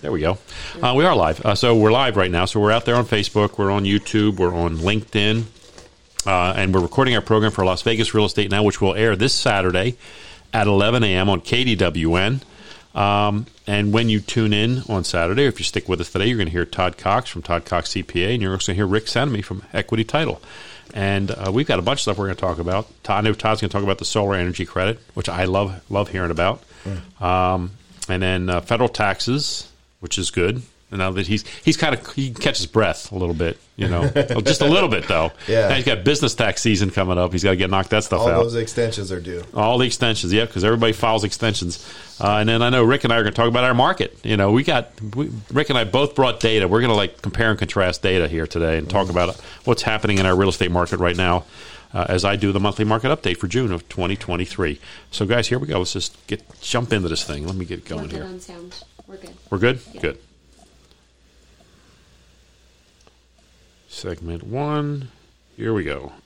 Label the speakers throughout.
Speaker 1: There we go. Uh, we are live. Uh, so we're live right now. So we're out there on Facebook, we're on YouTube, we're on LinkedIn, uh, and we're recording our program for Las Vegas Real Estate Now, which will air this Saturday at 11 a.m. on KDWN. Um, and when you tune in on Saturday, if you stick with us today, you're going to hear Todd Cox from Todd Cox CPA, and you're also going to hear Rick Sanemy from Equity Title. And uh, we've got a bunch of stuff we're going to talk about. Todd, I know Todd's going to talk about the solar energy credit, which I love love hearing about, um, and then uh, federal taxes, which is good. And now that he's he's kind of he can catch his breath a little bit, you know, Oh, just a little bit though.
Speaker 2: Yeah.
Speaker 1: Now he's got business tax season coming up. He's got to get knocked that stuff
Speaker 2: All
Speaker 1: out.
Speaker 2: those extensions are due.
Speaker 1: All the extensions, yeah, because everybody files extensions. Uh, and then I know Rick and I are going to talk about our market. You know, we got we, Rick and I both brought data. We're going to like compare and contrast data here today and
Speaker 2: Mm-hmm.
Speaker 1: talk about what's happening in our real estate market right now. Uh, as I do the monthly market update for June of 2023. So, guys, here we go. Let's just get jump into this thing. Let me get going
Speaker 3: Not that
Speaker 1: here.
Speaker 3: on sound. We're good.
Speaker 1: We're good.
Speaker 3: Yeah.
Speaker 1: Good. Segment one. Here we go.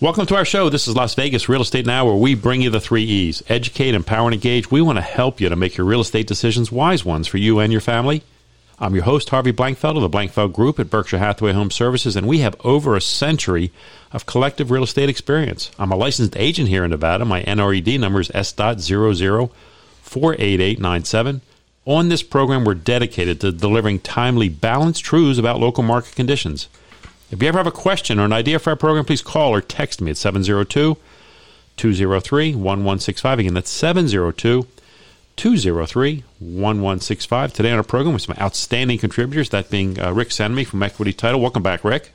Speaker 1: Welcome to our show. This is Las Vegas Real Estate Now, where we bring you the three E's educate, empower, and engage. We want to help you to make your real estate decisions wise ones for you and your family. I'm your host, Harvey Blankfeld of the Blankfeld Group at Berkshire Hathaway Home Services, and we have over a century of collective real estate experience. I'm a licensed agent here in Nevada. My NRED number is S.00488897. On this program, we're dedicated to delivering timely, balanced truths about local market conditions. If you ever have a question or an idea for our program, please call or text me at 702 203 1165. Again, that's 702 203 1165. Today on our program with some outstanding contributors, that being uh, Rick Sanemy from Equity Title. Welcome back, Rick.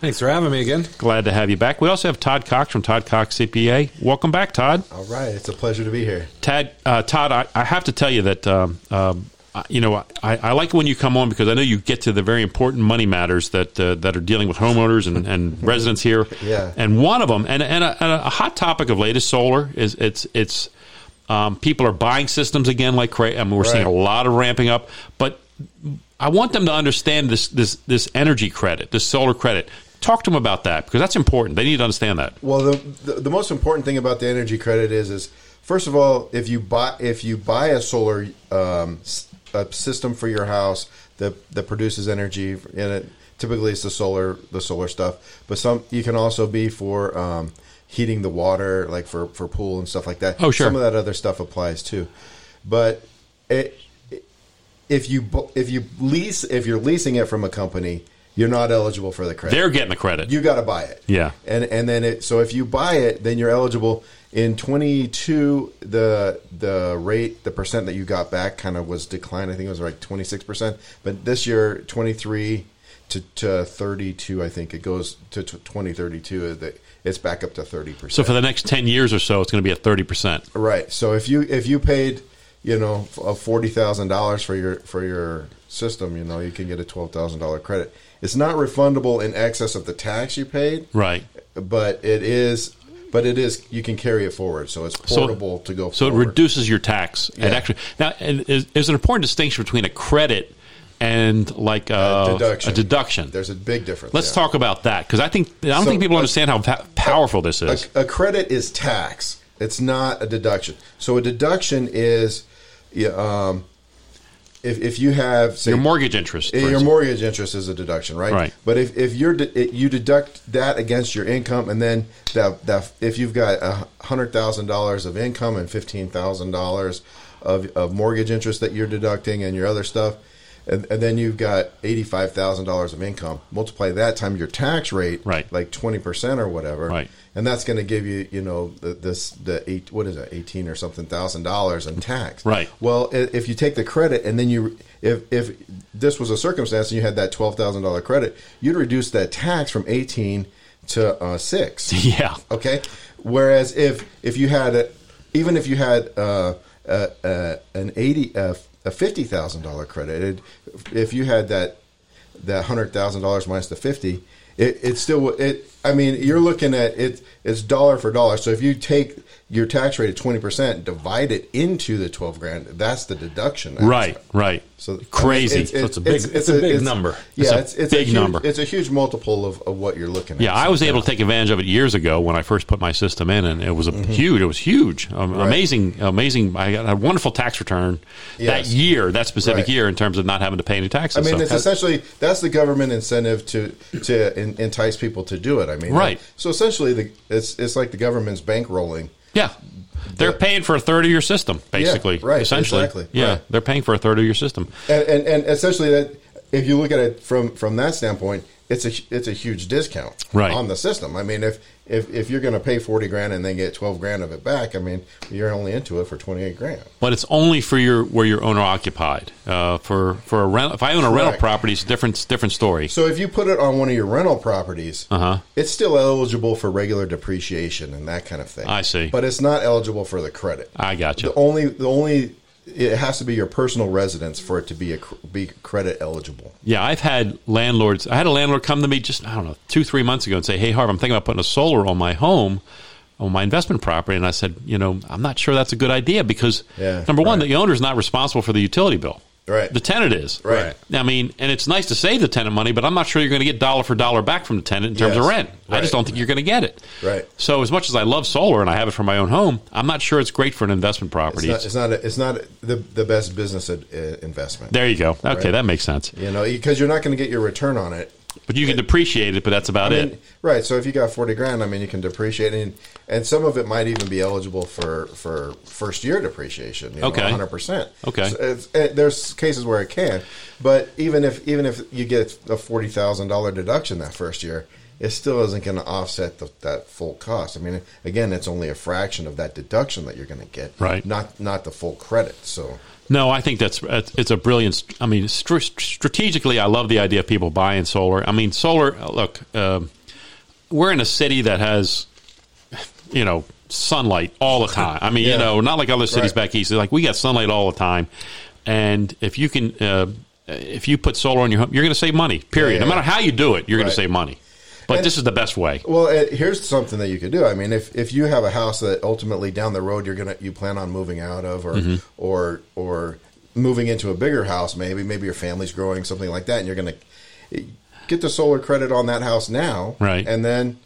Speaker 4: Thanks for having me again.
Speaker 1: Glad to have you back. We also have Todd Cox from Todd Cox CPA. Welcome back, Todd.
Speaker 2: All right, it's a pleasure to be here.
Speaker 1: Tad, uh, Todd, I, I have to tell you that um, um, I- you know I, I like when you come on because I know you get to the very important money matters that uh, that are dealing with homeowners and, and residents here.
Speaker 2: Yeah.
Speaker 1: and one of them, and and a, and a hot topic of late is solar. Is it's it's um, people are buying systems again like crazy. I mean, we're seeing a
Speaker 2: Right.
Speaker 1: lot of ramping up, but I want them to understand this this this energy credit, this solar credit. Talk to them about that because that's important. They need to understand that.
Speaker 2: Well, the, the the most important thing about the energy credit is is first of all, if you buy if you buy a solar um, s- a system for your house that that produces energy in it, typically it's the solar the solar stuff, but some you can also be for um, heating the water, like for for pool and stuff like that.
Speaker 1: Oh, sure.
Speaker 2: Some of that other stuff applies too, but it if you bu- if you lease if you're leasing it from a company, you're not eligible for the credit
Speaker 1: They're getting the credit.
Speaker 2: you got to buy it.
Speaker 1: Yeah.
Speaker 2: And and then it so if you buy it, then you're eligible in 22 the the rate the percent that you got back kind of was declined. I think it was like 26%, but this year 23 to, to 32 I think it goes to t- 2032 is that uh, it's back up to 30%.
Speaker 1: so for the next ten years or so, it's going to be at thirty percent.
Speaker 2: Right. So if you if you paid, you know, uh, forty thousand dollars for your for your system, you know, you can get a twelve thousand dollar credit. It's not refundable in excess of the tax you paid,
Speaker 1: Right.
Speaker 2: But it is, but it is you can carry it forward, so it's portable to go.
Speaker 1: So it
Speaker 2: forward.
Speaker 1: reduces your tax. It
Speaker 2: Yeah.
Speaker 1: actually now and is, there's an important distinction between a credit and like uh, a,
Speaker 2: A deduction.
Speaker 1: a deduction.
Speaker 2: There's a big difference.
Speaker 1: Let's
Speaker 2: yeah.
Speaker 1: talk about that because I think I don't
Speaker 2: So,
Speaker 1: think people
Speaker 2: uh,
Speaker 1: understand how pa- powerful this is.
Speaker 2: a, a credit is tax. It's not a deduction. So a deduction is, yeah, um, if if you have say,
Speaker 1: your mortgage interest. for
Speaker 2: your
Speaker 1: instance.
Speaker 2: mortgage interest is a deduction, right?
Speaker 1: Right.
Speaker 2: But if, if you're de- it- you deduct that against your income, and then that that if you've got a hundred thousand dollars of income and fifteen thousand dollars of of mortgage interest that you're deducting and your other stuff, and, and then you've got eighty five thousand dollars of income. Multiply that times your tax rate,
Speaker 1: Right.
Speaker 2: Like twenty percent or whatever,
Speaker 1: Right.
Speaker 2: And that's going to give you, you know, the, this the eight what is it, eighteen or something thousand dollars in tax,
Speaker 1: Right.
Speaker 2: well, i- if you take the credit and then you, if if this was a circumstance and you had that twelve thousand dollar credit, you'd reduce that tax from eighteen to uh, six.
Speaker 1: yeah.
Speaker 2: Okay. Whereas if if you had a, even if you had uh, a, a, an eighty a, a fifty thousand dollar credit, it, if you had that that hundred thousand dollars minus the fifty, it, it still it. I mean, you're looking at it. It's dollar for dollar. So if you take your tax rate at twenty percent, divide it into the twelve grand. That's the deduction.
Speaker 1: Right, right.
Speaker 2: So
Speaker 1: crazy.
Speaker 2: I mean,
Speaker 1: So it's a big-
Speaker 3: it's a big number.
Speaker 1: It's a
Speaker 2: Yeah, it's, it's
Speaker 1: big
Speaker 2: a huge,
Speaker 1: number.
Speaker 2: It's a huge multiple of, of what you're looking at.
Speaker 1: Yeah, I was able to take advantage of it years ago when I first put my system in, and it was a
Speaker 2: Mm-hmm.
Speaker 1: huge. It was huge, um, amazing, amazing. I got a wonderful tax return that
Speaker 2: Yes.
Speaker 1: year, that specific
Speaker 2: Right.
Speaker 1: year, in terms of not having to pay any taxes.
Speaker 2: I mean,
Speaker 1: So-
Speaker 2: it's essentially that's the government incentive to to en- entice people to do it. I mean,
Speaker 1: Right.
Speaker 2: So essentially, the it's it's like the government's bankrolling.
Speaker 1: yeah, they're paying for a third of your system, basically.
Speaker 2: right,
Speaker 1: Essentially,
Speaker 2: exactly,
Speaker 1: yeah,
Speaker 2: right.
Speaker 1: they're paying for a third of your system.
Speaker 2: and, and, and essentially that if you look at it from from that standpoint it's a it's a huge discount
Speaker 1: Right.
Speaker 2: on the system i mean if if, if you're going to pay 40 grand and then get 12 grand of it back i mean you're only into it for 28 grand
Speaker 1: But it's only for your where you're owner occupied. Uh, for for a rent, if I own a rental
Speaker 2: Correct.
Speaker 1: property, it's a different different story.
Speaker 2: so if you put it on one of your rental properties
Speaker 1: Uh-huh.
Speaker 2: it's still eligible for regular depreciation and that kind of thing
Speaker 1: I see.
Speaker 2: but it's not eligible for the credit
Speaker 1: I got you.
Speaker 2: the only the only it has to be your personal residence for it to be a cr- be credit eligible
Speaker 1: Yeah, I've had landlords. I had a landlord come to me just I don't know two three months ago and say, "Hey, Harv, I'm thinking about putting a solar on my home, on my investment property." And I said, "You know, I'm not sure that's a good idea because
Speaker 2: Yeah,
Speaker 1: number one,
Speaker 2: right.
Speaker 1: the owner's not responsible for the utility bill.
Speaker 2: Right.
Speaker 1: The tenant is.
Speaker 2: Right.
Speaker 1: I mean, and it's nice to save the tenant money, but I'm not sure you're going to get dollar for dollar back from the tenant in terms of
Speaker 2: Yes.
Speaker 1: rent. I just
Speaker 2: Right.
Speaker 1: don't think you're going to get it.
Speaker 2: Right.
Speaker 1: So as much as I love solar and I have it for my own home, I'm not sure it's great for an investment property.
Speaker 2: it's not it's not, a, it's not the the best business ad, uh, investment
Speaker 1: there you go. Okay,
Speaker 2: Right.
Speaker 1: that makes sense.
Speaker 2: You know, because you're not going to get your return on it.
Speaker 1: But you can depreciate it, but that's about it.
Speaker 2: And- right. So if you got forty grand, I mean, you can depreciate, and and some of it might even be eligible for for first year depreciation. You
Speaker 1: Okay.
Speaker 2: one hundred percent.
Speaker 1: Okay.
Speaker 2: So it's, eh, there's cases where it can, but even if even if you get a forty thousand dollar deduction that first year. It still isn't going to offset the, that full cost. I mean, again, it's only a fraction of that deduction that you're going to get,
Speaker 1: Right.
Speaker 2: Not not the full credit. So
Speaker 1: No, I think that's uh, it's a brilliant. I mean, str- strategically, I love the idea of people buying solar. I mean, solar. Look, um, we're in a city that has, you know, sunlight all the time. I mean, you
Speaker 2: Yeah.
Speaker 1: know, not like other cities
Speaker 2: Right.
Speaker 1: back east. Like we got sunlight all the time, and if you can, uh, if you put solar on your home, you're going to save money. Period.
Speaker 2: Yeah, yeah.
Speaker 1: No matter how you do it, you're going to
Speaker 2: Right.
Speaker 1: save money. But
Speaker 2: And-
Speaker 1: this is the best way.
Speaker 2: Well, uh, here's something that you could do. I mean, if, if you have a house that ultimately down the road you're gonna you plan on moving out of, or
Speaker 1: Mm-hmm.
Speaker 2: or or moving into a bigger house, maybe maybe your family's growing, something like that, and you're gonna eh, get the solar credit on that house now,
Speaker 1: Right.
Speaker 2: And then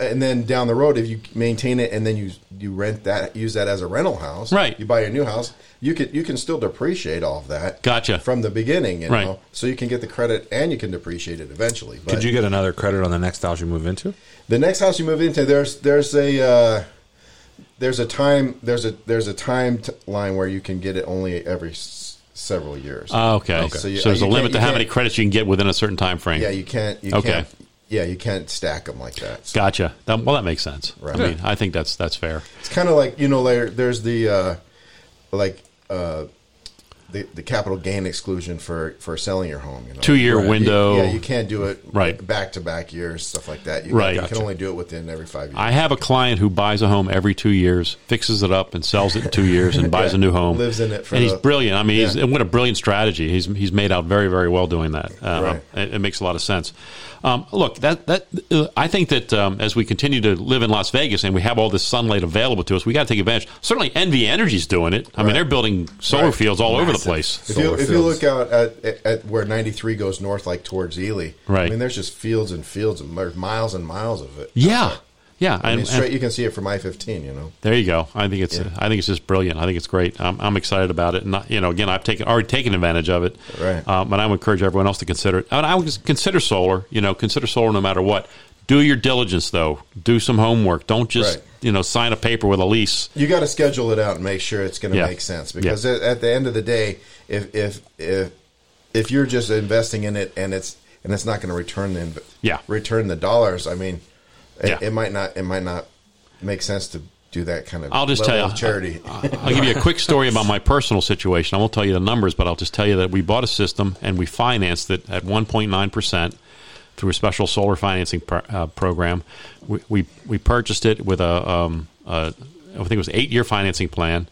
Speaker 2: and then down the road, if you maintain it and then you you rent that, use that as a rental house,
Speaker 1: Right.
Speaker 2: You buy your new house, you could you can still depreciate all of that,
Speaker 1: Gotcha.
Speaker 2: from the beginning, you
Speaker 1: Right.
Speaker 2: know, so you can get the credit and you can depreciate it eventually. But
Speaker 3: Could you get another credit on the next house you move into?
Speaker 2: the next house you move into there's there's a uh, there's a time there's a there's a time t- line where you can get it only every s- several years.
Speaker 1: Ah, okay.
Speaker 2: Okay.
Speaker 1: So,
Speaker 2: So you-
Speaker 1: there's
Speaker 2: you
Speaker 1: a
Speaker 2: can't-
Speaker 1: limit to
Speaker 2: you
Speaker 1: how
Speaker 2: can't-
Speaker 1: many credits you can get within a certain time frame.
Speaker 2: yeah, you can't. You
Speaker 1: Okay.
Speaker 2: Can't, yeah, you can't stack them like that. So
Speaker 1: Gotcha. That, well, that makes sense.
Speaker 2: Right.
Speaker 1: I mean, I think that's that's fair.
Speaker 2: It's kind of like you know, like, there's the uh, like uh, the the capital gain exclusion for for selling your home. You know?
Speaker 1: Two year
Speaker 2: You-
Speaker 1: window.
Speaker 2: Yeah, you can't do it
Speaker 1: Right.
Speaker 2: back to back years, stuff like that. You
Speaker 1: Right.
Speaker 2: You can
Speaker 1: Gotcha.
Speaker 2: only do it within every five years.
Speaker 1: I have a client who buys a home every two years, fixes it up, and sells it in two years, and buys a new home.
Speaker 2: Lives in it for
Speaker 1: and he's
Speaker 2: the-
Speaker 1: brilliant. I mean, he's,
Speaker 2: Yeah.
Speaker 1: what a brilliant strategy. He's he's made out very very well doing that. Uh,
Speaker 2: Right.
Speaker 1: it, it makes a lot of sense. Um, look, that that uh, I think that um, as we continue to live in Las Vegas and we have all this sunlight available to us, we got to take advantage. Certainly, NV Energy's doing it. I mean,
Speaker 2: Right.
Speaker 1: they're building solar
Speaker 2: Right.
Speaker 1: fields all over the
Speaker 3: Massive.
Speaker 1: place.
Speaker 2: If you,
Speaker 3: solar
Speaker 2: if you
Speaker 3: fields.
Speaker 2: look out at, at, at where 93 goes north, like towards Ely,
Speaker 1: Right.
Speaker 2: I mean, there's just fields and fields and there's miles and miles of it.
Speaker 1: Yeah, yeah.
Speaker 2: I mean,
Speaker 1: and-
Speaker 2: straight
Speaker 1: and-
Speaker 2: you can see it from I-15. You know,
Speaker 1: There you go. I think it's I think it's just brilliant. I think it's great. I'm, I'm excited about it, and I- you know, again, I've taken already taken advantage of it.
Speaker 2: Right.
Speaker 1: Um, and I would encourage everyone else to consider it. And I would just consider solar. You know, consider solar no matter what. Do your diligence though. Do some homework. Don't just
Speaker 2: Right.
Speaker 1: you know sign a paper with a lease.
Speaker 2: you got to schedule it out and make sure it's going to
Speaker 1: Yeah.
Speaker 2: make sense because at, at the end of the day, if if if if you're just investing in it and it's and it's not going to return the inv-
Speaker 1: Yeah.
Speaker 2: return the dollars, I mean, it,
Speaker 1: Yeah.
Speaker 2: it might not it might not make sense to do that kind of.
Speaker 1: I'll just
Speaker 2: level
Speaker 1: tell you
Speaker 2: of charity.
Speaker 1: I'll give you a quick story about my personal situation. I won't tell you the numbers, but I'll just tell you that we bought a system and we financed it at 1.9% through a special solar financing pro- uh, program. We, we, we purchased it with a, um, a, I think it was an eight year financing plan.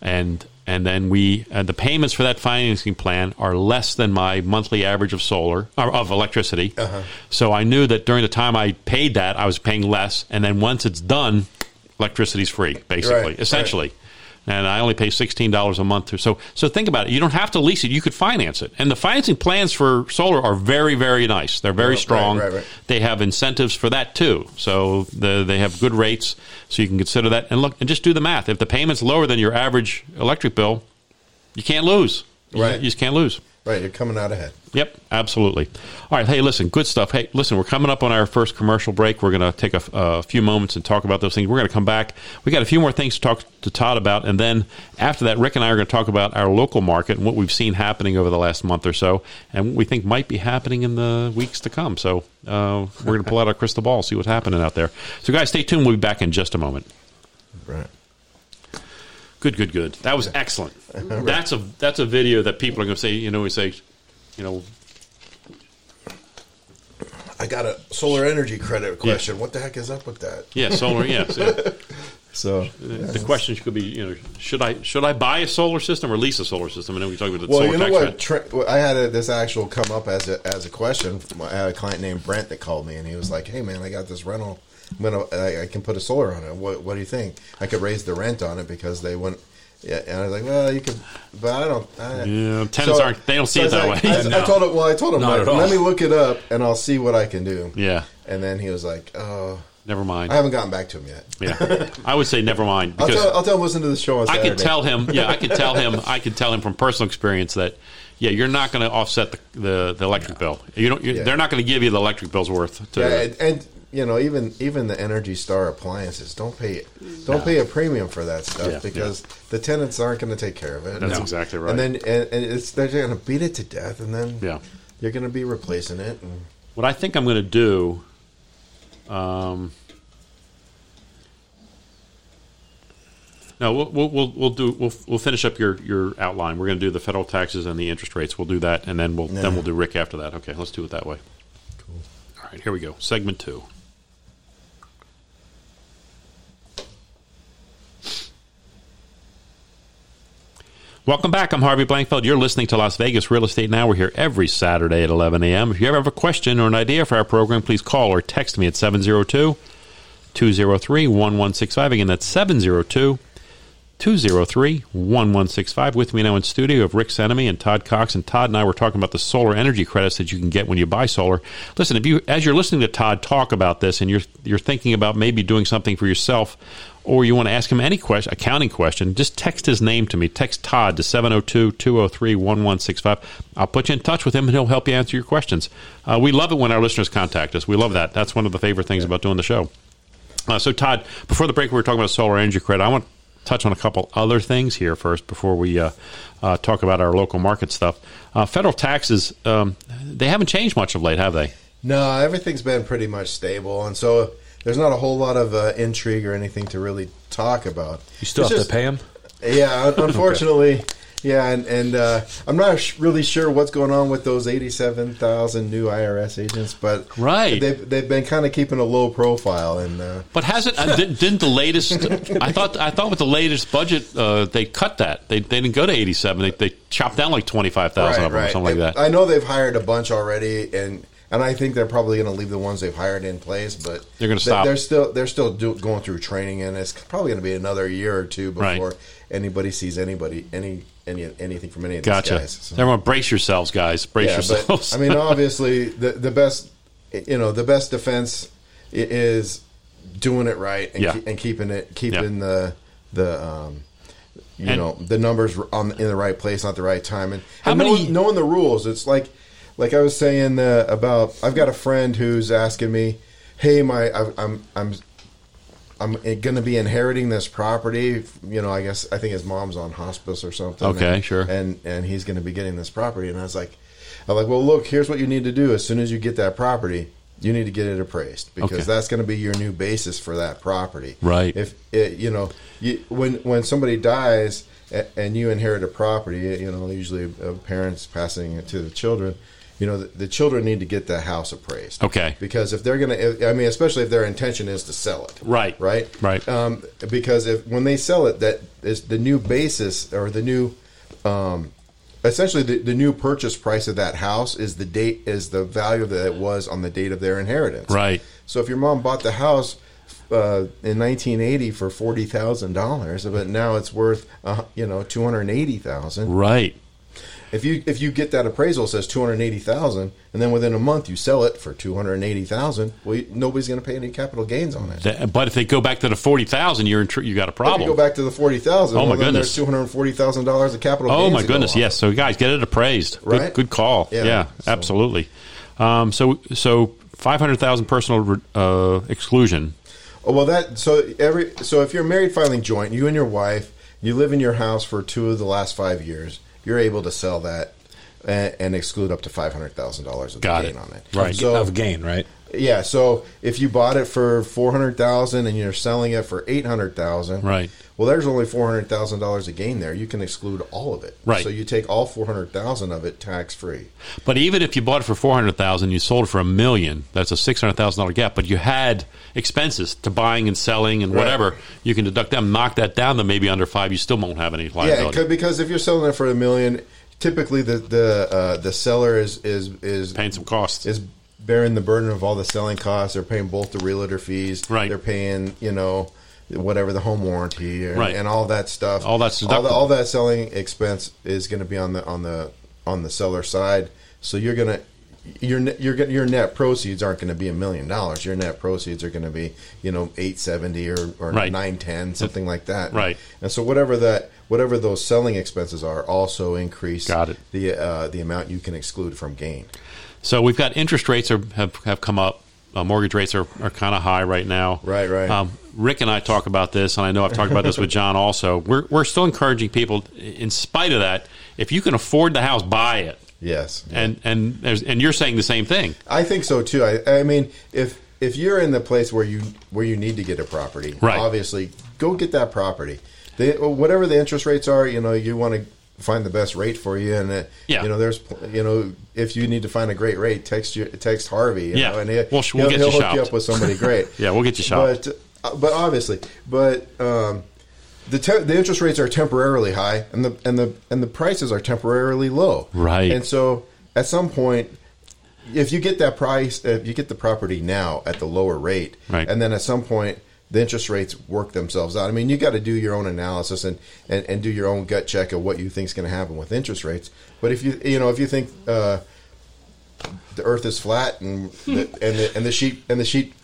Speaker 1: and and then we uh, the payments for that financing plan are less than my monthly average of solar or of electricity.
Speaker 2: Uh-huh.
Speaker 1: So I knew that during the time I paid that, I was paying less, and then once it's done, electricity's free, basically,
Speaker 2: Right,
Speaker 1: essentially. And I only pay sixteen dollars a month. So, so think about it. You don't have to lease it. You could finance it. And the financing plans for solar are very, very nice. They're very
Speaker 2: Right,
Speaker 1: strong
Speaker 2: right, right.
Speaker 1: they have incentives for that too. So the, they have good rates, so you can consider that. And look, and just do the math. If the payment's lower than your average electric bill, you can't lose. You-
Speaker 2: Right.
Speaker 1: You just can't lose.
Speaker 2: Right, you're coming out ahead.
Speaker 1: Yep, absolutely. All right, hey, listen, good stuff. Hey, listen, we're coming up on our first commercial break. We're going to take a, a few moments and talk about those things. We're going to come back. We got a few more things to talk to Todd about, and then after that, Rick and I are going to talk about our local market and what we've seen happening over the last month or so, and what we think might be happening in the weeks to come. So uh, we're going to pull out our crystal ball, see what's happening out there. So, guys, stay tuned. We'll be back in just a moment.
Speaker 2: Right.
Speaker 1: Good, good, good. That was excellent. That's a that's a video that people are going to say. You know, we say, you know,
Speaker 2: I got a solar energy credit question. What the heck is up with that?
Speaker 1: yeah, solar, yeah. so-
Speaker 2: So,
Speaker 1: The question could be, you know, should I should I buy a solar system or lease a solar system? And then we talk about the
Speaker 2: well,
Speaker 1: solar
Speaker 2: you know
Speaker 1: tax
Speaker 2: what?
Speaker 1: credit.
Speaker 2: Tre- well, I had a, this actual come up as a, as a question. From, I had a client named Brent that called me, and he was like, "Hey, man, I got this rental. I'm gonna, I, I can put a solar on it. What, what do you think? I could raise the rent on it because they wouldn't." Yeah, and I was like, "Well, you could, but I don't." I,
Speaker 1: Yeah, tenants aren't- they don't see
Speaker 2: I
Speaker 1: it
Speaker 2: was
Speaker 1: that
Speaker 2: like-
Speaker 1: way.
Speaker 2: I, I
Speaker 1: No.
Speaker 2: told him. Well, I told him,
Speaker 3: Not
Speaker 2: like,
Speaker 3: at all.
Speaker 2: let me look it up, and I'll see what I can do.
Speaker 1: Yeah,
Speaker 2: And then he was like, "Oh,
Speaker 1: never
Speaker 2: I
Speaker 1: mind.
Speaker 2: haven't gotten back to him yet."
Speaker 1: Yeah, I would say never mind
Speaker 2: I'll
Speaker 1: because
Speaker 2: tell, I'll tell him listen to the show on
Speaker 1: I
Speaker 2: Saturday.
Speaker 1: could tell him. Yeah, I could tell him. I could tell him from personal experience that yeah, you're not going to offset the, the, the electric bill. You don't. you
Speaker 2: Yeah.
Speaker 1: They're not going to give you the electric bill's worth. To,
Speaker 2: Yeah, and, and you know, even even the Energy Star appliances don't pay don't pay a premium for that stuff
Speaker 1: Yeah,
Speaker 2: because the tenants aren't going to take care of it.
Speaker 1: That's No. exactly right.
Speaker 2: And then and, and it's they're going to beat it to death, and then
Speaker 1: Yeah.
Speaker 2: you're going to be replacing it. And
Speaker 1: What I think I'm going to do. Um, no, we'll, we'll we'll we'll do we'll we'll finish up your your outline. We're going to do the federal taxes and the interest rates. We'll do that, and then we'll then we'll do Rick after that. Okay, let's do it that way. Cool. All right, here we go. Segment two. Welcome back. I'm Harvey Blankfeld. You're listening to Las Vegas Real Estate Now. We're here every Saturday at 11 a.m. If you ever have a question or an idea for our program, please call or text me at 702 203 1165. Again, that's 702 203 1165. With me now in studio of Rick Senemy and Todd Cox. And Todd and I were talking about the solar energy credits that you can get when you buy solar. Listen, if you as you're listening to Todd talk about this and you're you're thinking about maybe doing something for yourself or you want to ask him any question, accounting question, just text his name to me. Text Todd to 702 203 1165. I'll put you in touch with him and he'll help you answer your questions. Uh, we love it when our listeners contact us. We love that. That's one of the favorite things about doing the show. Uh, so, Todd, before the break, we were talking about solar energy credit. I want to touch on a couple other things here first before we uh, uh, talk about our local market stuff. Uh, federal taxes, um, they haven't changed much of late, have they?
Speaker 2: no, everything's been pretty much stable, and so there's not a whole lot of uh, intrigue or anything to really talk about.
Speaker 3: You still
Speaker 2: It's
Speaker 3: have
Speaker 2: just-
Speaker 3: to pay him.
Speaker 2: Yeah, un- unfortunately. Yeah, and, and uh, I'm not sh- really sure what's going on with those 87,000 new IRS agents, but
Speaker 1: Right.
Speaker 2: they've, they've been kind of keeping a low profile. And uh,
Speaker 1: But hasn't uh, didn't, didn't the latest? I thought I thought with the latest budget uh, they cut that they, they didn't go to eighty seven. They, they chopped down like twenty five thousand of them or something like
Speaker 2: And
Speaker 1: that.
Speaker 2: I know they've hired a bunch already, and and I think they're probably going to leave the ones they've hired in place, but
Speaker 1: They're gonna
Speaker 2: they-
Speaker 1: stop.
Speaker 2: They're still they're still do, going through training, and it's probably going to be another year or two
Speaker 1: Right.
Speaker 2: before anybody sees anybody any any anything from any of
Speaker 1: Gotcha.
Speaker 2: these guys. So-
Speaker 1: Everyone, brace yourselves, guys. Brace yourselves.
Speaker 2: But, I mean, obviously, the the best you know the best defense i- is doing it right and,
Speaker 1: Yeah.
Speaker 2: keep- and keeping it keeping the the um, you
Speaker 1: And-
Speaker 2: know the numbers on in the right place at the right time and,
Speaker 1: How
Speaker 2: and
Speaker 1: many-
Speaker 2: knowing, knowing the rules. It's like like I was saying uh, about I've got a friend who's asking me, hey, my I, I'm I'm I'm going to be inheriting this property. You know, I guess I think his mom's on hospice or something.
Speaker 1: Okay,
Speaker 2: and,
Speaker 1: sure.
Speaker 2: And and he's going to be getting this property. And I was like, I'm like, well, look, here's what you need to do. As soon as you get that property, you need to get it appraised because
Speaker 1: Okay.
Speaker 2: that's going to be your new basis for that property.
Speaker 1: Right.
Speaker 2: If it, you know, you, when when somebody dies eh, a- and you inherit a property, you know, usually uh, parents passing it to the children. you know, the, the children need to get the house appraised.
Speaker 1: Okay.
Speaker 2: Because if they're going to, I mean, especially if their intention is to sell it.
Speaker 1: Right.
Speaker 2: Right.
Speaker 1: Right.
Speaker 2: Um, because if when they sell it, that is the new basis or the new, um, essentially the, the new purchase price of that house is the date is the value that it was on the date of their inheritance.
Speaker 1: Right.
Speaker 2: So if your mom bought the house uh, in 1980 for forty thousand dollars, but now it's worth uh, you know two hundred eighty thousand.
Speaker 1: Right.
Speaker 2: If you if you get that appraisal it says two hundred eighty thousand, and then within a month you sell it for two hundred eighty thousand, well, you, nobody's going to pay any capital gains on it.
Speaker 1: That- but if they go back to the forty thousand, you're in tr- you got a
Speaker 2: If you
Speaker 1: problem.
Speaker 2: go back to the forty thousand.
Speaker 1: Oh, my
Speaker 2: There's
Speaker 1: goodness.
Speaker 2: two hundred forty thousand dollars of capital.
Speaker 1: Oh
Speaker 2: gains
Speaker 1: my
Speaker 2: to go
Speaker 1: goodness,
Speaker 2: on.
Speaker 1: yes. So guys, get it appraised. Good-
Speaker 2: Right?
Speaker 1: Good, call.
Speaker 2: Yeah.
Speaker 1: Yeah,
Speaker 2: So-
Speaker 1: absolutely. Um, so so five hundred thousand personal re- uh, exclusion.
Speaker 2: Oh, well, that so every so if you're married filing joint, you and your wife, you live in your house for two of the last five years, you're able to sell that and, and exclude up to five hundred thousand dollars of the
Speaker 1: Got
Speaker 2: gain
Speaker 1: it.
Speaker 2: on it.
Speaker 1: Right.
Speaker 2: So
Speaker 3: of gain, right?
Speaker 2: yeah, so if you bought it for four hundred thousand and you're selling it for eight hundred thousand,
Speaker 1: Right.
Speaker 2: Well, there's only four hundred thousand dollars of gain there. You can exclude all of it.
Speaker 1: Right.
Speaker 2: So you take all four hundred thousand of it tax free.
Speaker 1: But even if you bought it for four hundred thousand, you sold it for a million. That's a six hundred thousand dollar gap. But you had expenses to buying and selling and whatever. You can deduct them, knock that down to maybe under five. You still won't have any liability.
Speaker 2: Yeah, it could, because if you're selling it for a million, typically the the uh, the seller is is is
Speaker 1: Paying some costs.
Speaker 2: is bearing the burden of all the selling costs. They're paying both the realtor fees.
Speaker 1: Right.
Speaker 2: They're paying, you know, whatever the home warranty and,
Speaker 1: Right.
Speaker 2: and all that stuff.
Speaker 1: All that's
Speaker 2: all, the,
Speaker 1: deductible.
Speaker 2: all that selling expense is going to be on the on the on the seller side. So you're going to your ne- your your net proceeds aren't going to be a million dollars. Your net proceeds are going to be you know eight seventy or, or
Speaker 1: Right.
Speaker 2: nine ten something like that.
Speaker 1: Right.
Speaker 2: And so whatever that whatever those selling expenses are also increase
Speaker 1: Got it.
Speaker 2: the uh, the amount you can exclude from gain.
Speaker 1: So we've got interest rates are, have have come up. Uh, mortgage rates are, are kind of high right now.
Speaker 2: Right, right.
Speaker 1: Um, Rick and I talk about this, and I know I've talked about this with John also. We're we're still encouraging people, in spite of that, if you can afford the house, buy it.
Speaker 2: Yes.
Speaker 1: And and there's, and you're saying the same thing.
Speaker 2: I think so too. I, I mean, if if you're in the place where you where you need to get a property,
Speaker 1: Right.
Speaker 2: obviously, go get that property. The, whatever the interest rates are, you know, you want to find the best rate for you, and it,
Speaker 1: Yeah.
Speaker 2: you know, there's pl- you know, if you need to find a great rate, text your text Harvey, you
Speaker 1: Yeah.
Speaker 2: know, and he,
Speaker 1: We'll- we'll
Speaker 2: he'll,
Speaker 1: get
Speaker 2: he'll
Speaker 1: you
Speaker 2: hook you
Speaker 1: shopped.
Speaker 2: up with somebody great.
Speaker 1: Yeah, we'll get you shopped.
Speaker 2: But uh, but obviously, but. Um, the, te- the interest rates are temporarily high, and the and the and the prices are temporarily low.
Speaker 1: Right.
Speaker 2: And so, at some point, if you get that price, if you get the property now at the lower rate,
Speaker 1: Right.
Speaker 2: and then at some point the interest rates work themselves out. I mean, you got to do your own analysis and, and, and do your own gut check of what you think is going to happen with interest rates. But if you you know if you think uh, the Earth is flat and the, and the and the sheet and the sheet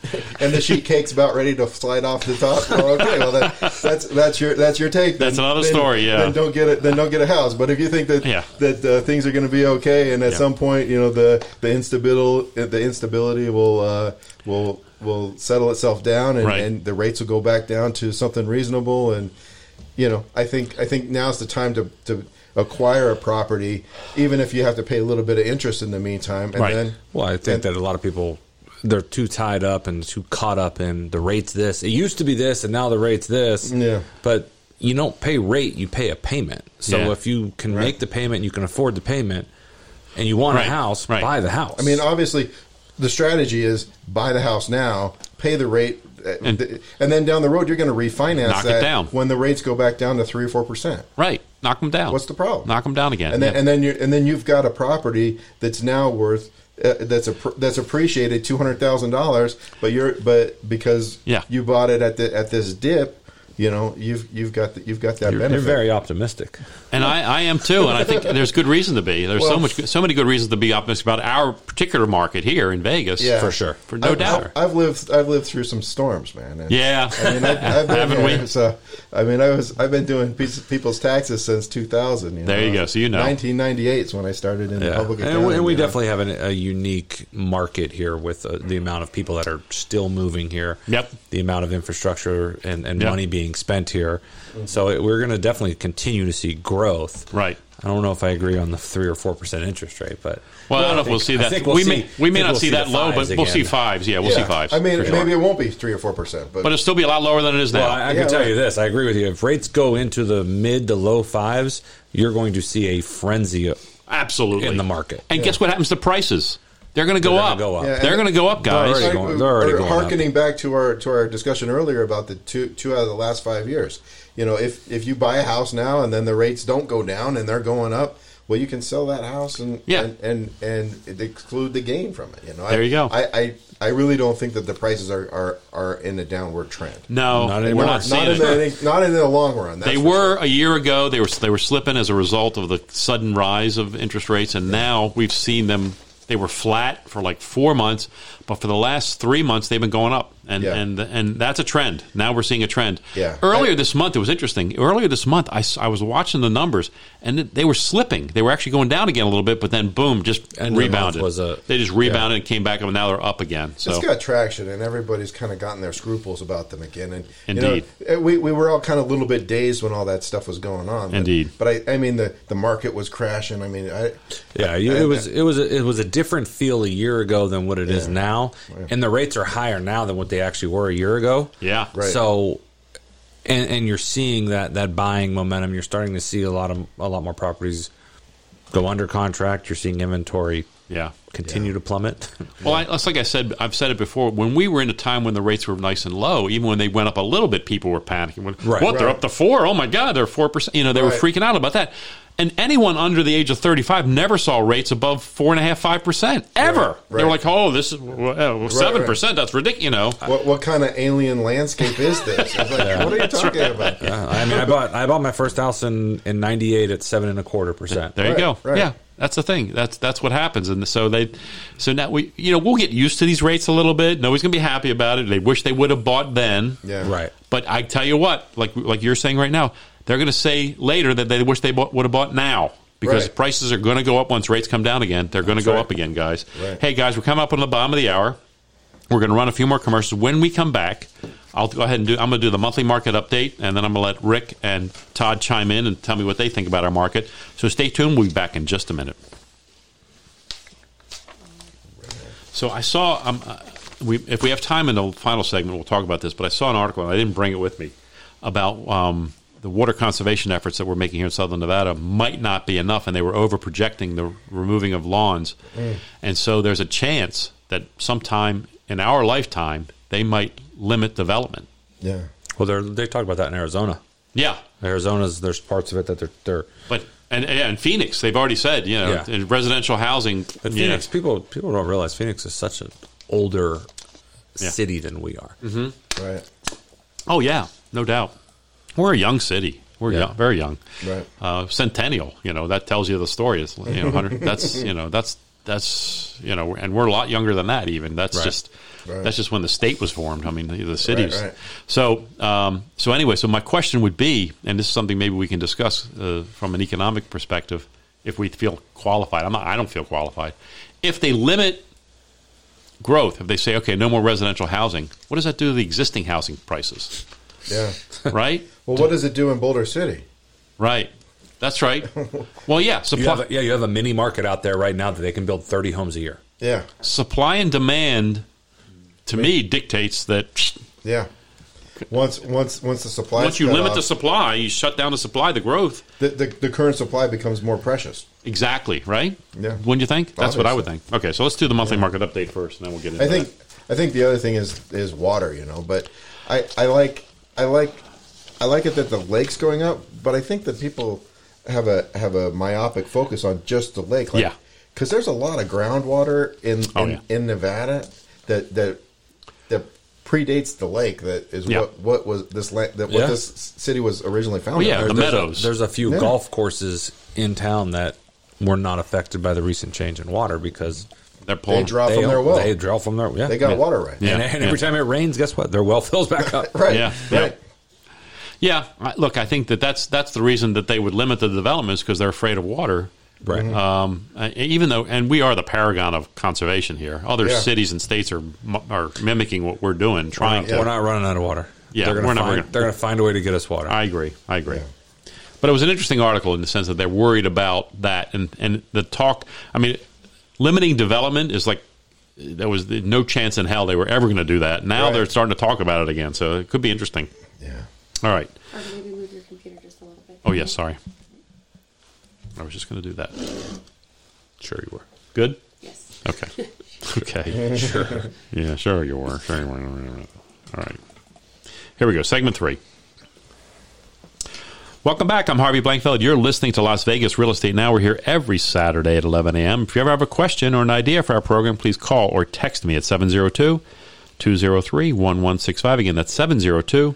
Speaker 2: and the sheet cake's about ready to slide off the top, well, okay, well that, that's that's your that's your take.
Speaker 1: That's another story, yeah.
Speaker 2: Then don't get it. Then don't get a house. But if you think that
Speaker 1: Yeah.
Speaker 2: that uh, things are going to be okay, and at
Speaker 1: Yeah.
Speaker 2: some point, you know the the instability the instability will uh, will will settle itself down, and,
Speaker 1: Right.
Speaker 2: and the rates will go back down to something reasonable. And you know, I think I think now's the time to to acquire a property, even if you have to pay a little bit of interest in the meantime, and
Speaker 1: Right.
Speaker 2: then
Speaker 3: Well, I think that a lot of people they're too tied up and too caught up in the rates. This it used to be this, and now the rates this.
Speaker 2: Yeah.
Speaker 3: but you don't pay rate; you pay a payment. So
Speaker 1: Yeah.
Speaker 3: if you can
Speaker 2: Right.
Speaker 3: make the payment, you can afford the payment, and you want
Speaker 1: Right.
Speaker 3: a house,
Speaker 1: Right.
Speaker 3: buy the house.
Speaker 2: I mean, obviously, the strategy is buy the house now, pay the rate, and,
Speaker 1: And-
Speaker 2: and then down the road you're going to refinance
Speaker 1: Knock it
Speaker 2: that
Speaker 1: down.
Speaker 2: when the rates go back down to three or four percent.
Speaker 1: Right. Knock them down.
Speaker 2: What's the problem?
Speaker 1: Knock them down again.
Speaker 2: and then
Speaker 1: Yeah.
Speaker 2: and then you and then you've got a property that's now worth uh, that's a that's appreciated two hundred thousand dollars, but you're but because
Speaker 1: Yeah.
Speaker 2: you bought it at the at this dip, you know you've you've got the, you've got that
Speaker 3: you're
Speaker 2: benefit.
Speaker 3: very optimistic.
Speaker 1: And I, I am too, and I think there's good reason to be. There's
Speaker 2: Well-
Speaker 1: so much, so many good reasons to be optimistic about our particular market here in Vegas.
Speaker 2: Yeah.
Speaker 3: for sure.
Speaker 1: for no
Speaker 2: I've,
Speaker 1: doubt.
Speaker 2: I've, I've lived I've lived through some storms, man. and-
Speaker 1: yeah,
Speaker 2: I mean, I've, I've been
Speaker 1: Haven't
Speaker 2: here,
Speaker 1: we?
Speaker 2: So, I mean, I was I've been doing piece- people's taxes since 2000.
Speaker 1: There you go, so you know.
Speaker 2: 1998 is when I started in
Speaker 3: Yeah.
Speaker 2: public accounting.
Speaker 3: and we, and we
Speaker 2: you know.
Speaker 3: definitely have an, a unique market here with uh, the amount of people that are still moving here.
Speaker 1: Yep.
Speaker 3: The amount of infrastructure and, and
Speaker 1: Yep.
Speaker 3: money being spent here. So it, we're going to definitely continue to see growth.
Speaker 1: Right.
Speaker 3: I don't know if I agree on the three or four percent interest rate, but
Speaker 1: Well, I don't know if we'll see that. we may we may not see, that low, but we'll see
Speaker 3: five.
Speaker 1: fives. Yeah, we'll see
Speaker 2: Yeah.
Speaker 1: fives.
Speaker 2: I mean,
Speaker 1: for
Speaker 2: maybe
Speaker 1: sure.
Speaker 2: it won't be three or four percent, but,
Speaker 1: but it'll still be a lot lower than it is now.
Speaker 3: Well, I, I
Speaker 2: Yeah,
Speaker 3: can tell
Speaker 2: right.
Speaker 3: you this. I agree with you. If rates go into the mid to low fives, you're going to see a frenzy
Speaker 1: Absolutely.
Speaker 3: in the market.
Speaker 1: And guess what happens to prices? They're going to go
Speaker 3: They're gonna
Speaker 1: up.
Speaker 3: go up.
Speaker 2: Yeah, and
Speaker 1: They're going to go up, guys.
Speaker 3: already going- they're already
Speaker 2: or
Speaker 3: going up.
Speaker 2: Harkening back to our to our discussion earlier about the two two out of the last five years. You know, if if you buy a house now and then the rates don't go down and they're going up, well, you can sell that house and
Speaker 1: Yeah.
Speaker 2: and, and and exclude the gain from it. You know,
Speaker 1: There
Speaker 2: I,
Speaker 1: you go.
Speaker 2: I, I I really don't think that the prices are are, are in a downward trend.
Speaker 1: No,
Speaker 3: Not
Speaker 1: we're
Speaker 3: anymore.
Speaker 1: not
Speaker 2: Not,
Speaker 1: seeing
Speaker 2: in
Speaker 1: it.
Speaker 2: the, not in the long run. That's
Speaker 1: They
Speaker 2: for
Speaker 1: were a year ago. They were they were slipping as a result of the sudden rise of interest rates, and now we've seen them. They were flat for like four months, but for the last three months they've been going up, and
Speaker 2: Yeah.
Speaker 1: and and that's a trend. Now we're seeing a trend.
Speaker 2: Yeah.
Speaker 1: Earlier
Speaker 2: I-
Speaker 1: this month, it was interesting. Earlier this month, I, s- I was watching the numbers, and they were slipping. They were actually going down again a little bit, but then boom, just
Speaker 3: End of the month
Speaker 1: rebounded.
Speaker 3: was a-
Speaker 1: they just rebounded and came back up, and now they're up again. So
Speaker 2: It's got traction, and everybody's kind of gotten their scruples about them again. And
Speaker 1: Indeed.
Speaker 2: you know, eh, we, we were all kind of a little bit dazed when all that stuff was going on. But-
Speaker 1: Indeed.
Speaker 2: but I, I mean the, the market was crashing. I mean, I,
Speaker 3: Yeah, you, it was it was a, it was a different feel a year ago than what it is now, and the rates are higher now than what they actually were a year ago.
Speaker 1: yeah,
Speaker 2: Right.
Speaker 3: So, and, and you're seeing that that buying momentum. You're starting to see a lot of a lot more properties go under contract. You're seeing inventory
Speaker 1: yeah.
Speaker 3: continue to plummet.
Speaker 1: Well, I, it's like I said, I've said it before. When we were in a time when the rates were nice and low, even when they went up a little bit, people were panicking. When,
Speaker 3: Right.
Speaker 1: what? They're
Speaker 2: Right.
Speaker 1: up to four? Oh my God, they're four percent. You know, they were
Speaker 2: Right.
Speaker 1: freaking out about that. And anyone under the age of thirty-five never saw rates above four and a half, five percent ever. They were
Speaker 2: right.
Speaker 1: like, "Oh, this is seven percent. That's ridiculous." You know,
Speaker 2: what, what kind of alien landscape is this? It's like, what are you talking about?
Speaker 1: Uh,
Speaker 3: I mean, I bought I bought my first house in in '98 at seven and a quarter percent.
Speaker 1: there you
Speaker 2: Right,
Speaker 1: go.
Speaker 2: right.
Speaker 1: Yeah, that's the thing. That's that's what happens. And so they, so now we, you know, we'll get used to these rates a little bit. Nobody's going to be happy about it. They wish they would have bought then.
Speaker 2: Yeah,
Speaker 3: Right.
Speaker 1: But I tell you what, like like you're saying right now, they're going to say later that they wish they bought, would have bought now because
Speaker 2: Right.
Speaker 1: prices are going to go up once rates come down again. They're going to go
Speaker 2: right.
Speaker 1: up again, guys.
Speaker 2: Right.
Speaker 1: Hey, guys, we're coming up on the bottom of the hour. We're going to run a few more commercials. When we come back, I'll go ahead and do. I'm going to do the monthly market update, and then I'm going to let Rick and Todd chime in and tell me what they think about our market. So stay tuned. We'll be back in just a minute. So I saw. Um, uh, we, if we have time in the final segment, we'll talk about this. But I saw an article, and I didn't bring it with me, about um, the water conservation efforts that we're making here in Southern Nevada might not be enough, and they were over projecting the removing of lawns,
Speaker 3: Mm.
Speaker 1: and so there's a chance that sometime in our lifetime they might limit development.
Speaker 2: Yeah,
Speaker 3: Well, they they talk about that in Arizona.
Speaker 1: Yeah,
Speaker 3: Arizona's there's parts of it that they're they're
Speaker 1: but and and Phoenix, they've already said you know
Speaker 3: Yeah.
Speaker 1: in residential housing.
Speaker 3: But
Speaker 1: you know,
Speaker 3: Phoenix, people people don't realize Phoenix is such an older city than we are.
Speaker 1: Mm-hmm.
Speaker 2: right,
Speaker 1: Oh yeah, no doubt. We're a young city. We're
Speaker 3: Yeah.
Speaker 1: young, very young.
Speaker 2: Right.
Speaker 1: Uh, centennial. You know that tells you the story. Is you know 100, that's you know that's that's you know and we're a lot younger than that. Even that's
Speaker 3: Right.
Speaker 1: just
Speaker 2: Right.
Speaker 1: that's just when the state was formed. I mean the, the cities.
Speaker 2: right.
Speaker 1: So um, so anyway, so my question would be, and this is something maybe we can discuss uh, from an economic perspective, if we feel qualified. I'm not, I don't feel qualified. If they limit growth, if they say okay, no more residential housing, what does that do to the existing housing prices?
Speaker 2: yeah.
Speaker 1: right?
Speaker 2: Well, what does it do in Boulder City?
Speaker 1: Right. That's right. Well, yeah,
Speaker 3: You
Speaker 1: supply,
Speaker 3: have a, yeah, you have a mini market out there right now that they can build 30 homes a year.
Speaker 2: Yeah,
Speaker 1: supply and demand to me dictates that psh,
Speaker 2: yeah. Once, once, once the supply.
Speaker 1: once you limit the supply, you shut down the supply, the growth.
Speaker 2: the, the the current supply becomes more precious.
Speaker 1: Exactly, right?
Speaker 2: Yeah.
Speaker 1: Wouldn't you think? That's what I would think. Okay, so let's do the monthly market update first, and then we'll get into
Speaker 2: I think
Speaker 1: that.
Speaker 2: I think the other thing is is water, you know. But I, I like I like I like it that the lake's going up, but I think that people have a have a myopic focus on just the lake. Like,
Speaker 1: Yeah.
Speaker 2: Because there's a lot of groundwater in
Speaker 1: Oh,
Speaker 2: in,
Speaker 1: yeah.
Speaker 2: in Nevada that that that predates the lake. That is
Speaker 1: Yeah.
Speaker 2: what what was this la- that what
Speaker 3: Yeah.
Speaker 2: this city was originally founded.
Speaker 1: yeah,
Speaker 2: on.
Speaker 1: the
Speaker 3: there's
Speaker 1: meadows.
Speaker 3: A, there's a few
Speaker 2: Yeah.
Speaker 3: golf courses in town that were not affected by the recent change in water because
Speaker 1: They're pulling.
Speaker 2: They draw- Draw from their well.
Speaker 3: They draw from their yeah.
Speaker 2: they got
Speaker 3: yeah.
Speaker 2: water right.
Speaker 1: Yeah.
Speaker 3: And, and every time it rains, guess what? Their well fills back up.
Speaker 2: Right.
Speaker 1: Yeah, yeah.
Speaker 2: Right.
Speaker 1: yeah, I- look, I think that that's, that's the reason that they would limit the developments because they're afraid of water.
Speaker 3: Right.
Speaker 1: Um, uh, even though, and we are the paragon of conservation here. Other
Speaker 2: Yeah.
Speaker 1: cities and states are mu- are mimicking what we're doing, trying to.
Speaker 3: We're not running out of water.
Speaker 1: Yeah,
Speaker 3: they're gonna
Speaker 1: we're never
Speaker 3: find,
Speaker 1: gonna-
Speaker 3: they're going to find a way to get us water.
Speaker 1: I agree. I agree.
Speaker 2: Yeah.
Speaker 1: But it was an interesting article in the sense that they're worried about that, and and the talk. I mean, limiting development is like there was no chance in hell they were ever going to do that. Now
Speaker 2: Right.
Speaker 1: they're starting to talk about it again, so it could be interesting.
Speaker 2: Yeah.
Speaker 1: All right.
Speaker 4: Or maybe move your computer just a little bit.
Speaker 1: Oh yes, sorry. I was just going to do that. Sure you were. Good?
Speaker 4: Yes.
Speaker 1: Okay. Okay. sure. Yeah, sure you were. Sure you were. All right. Here we go. Segment three. Welcome back. I'm Harvey Blankfeld. You're listening to Las Vegas Real Estate Now. We're here every Saturday at 11 a.m. If you ever have a question or an idea for our program, please call or text me at 702 203 1165. Again, that's 702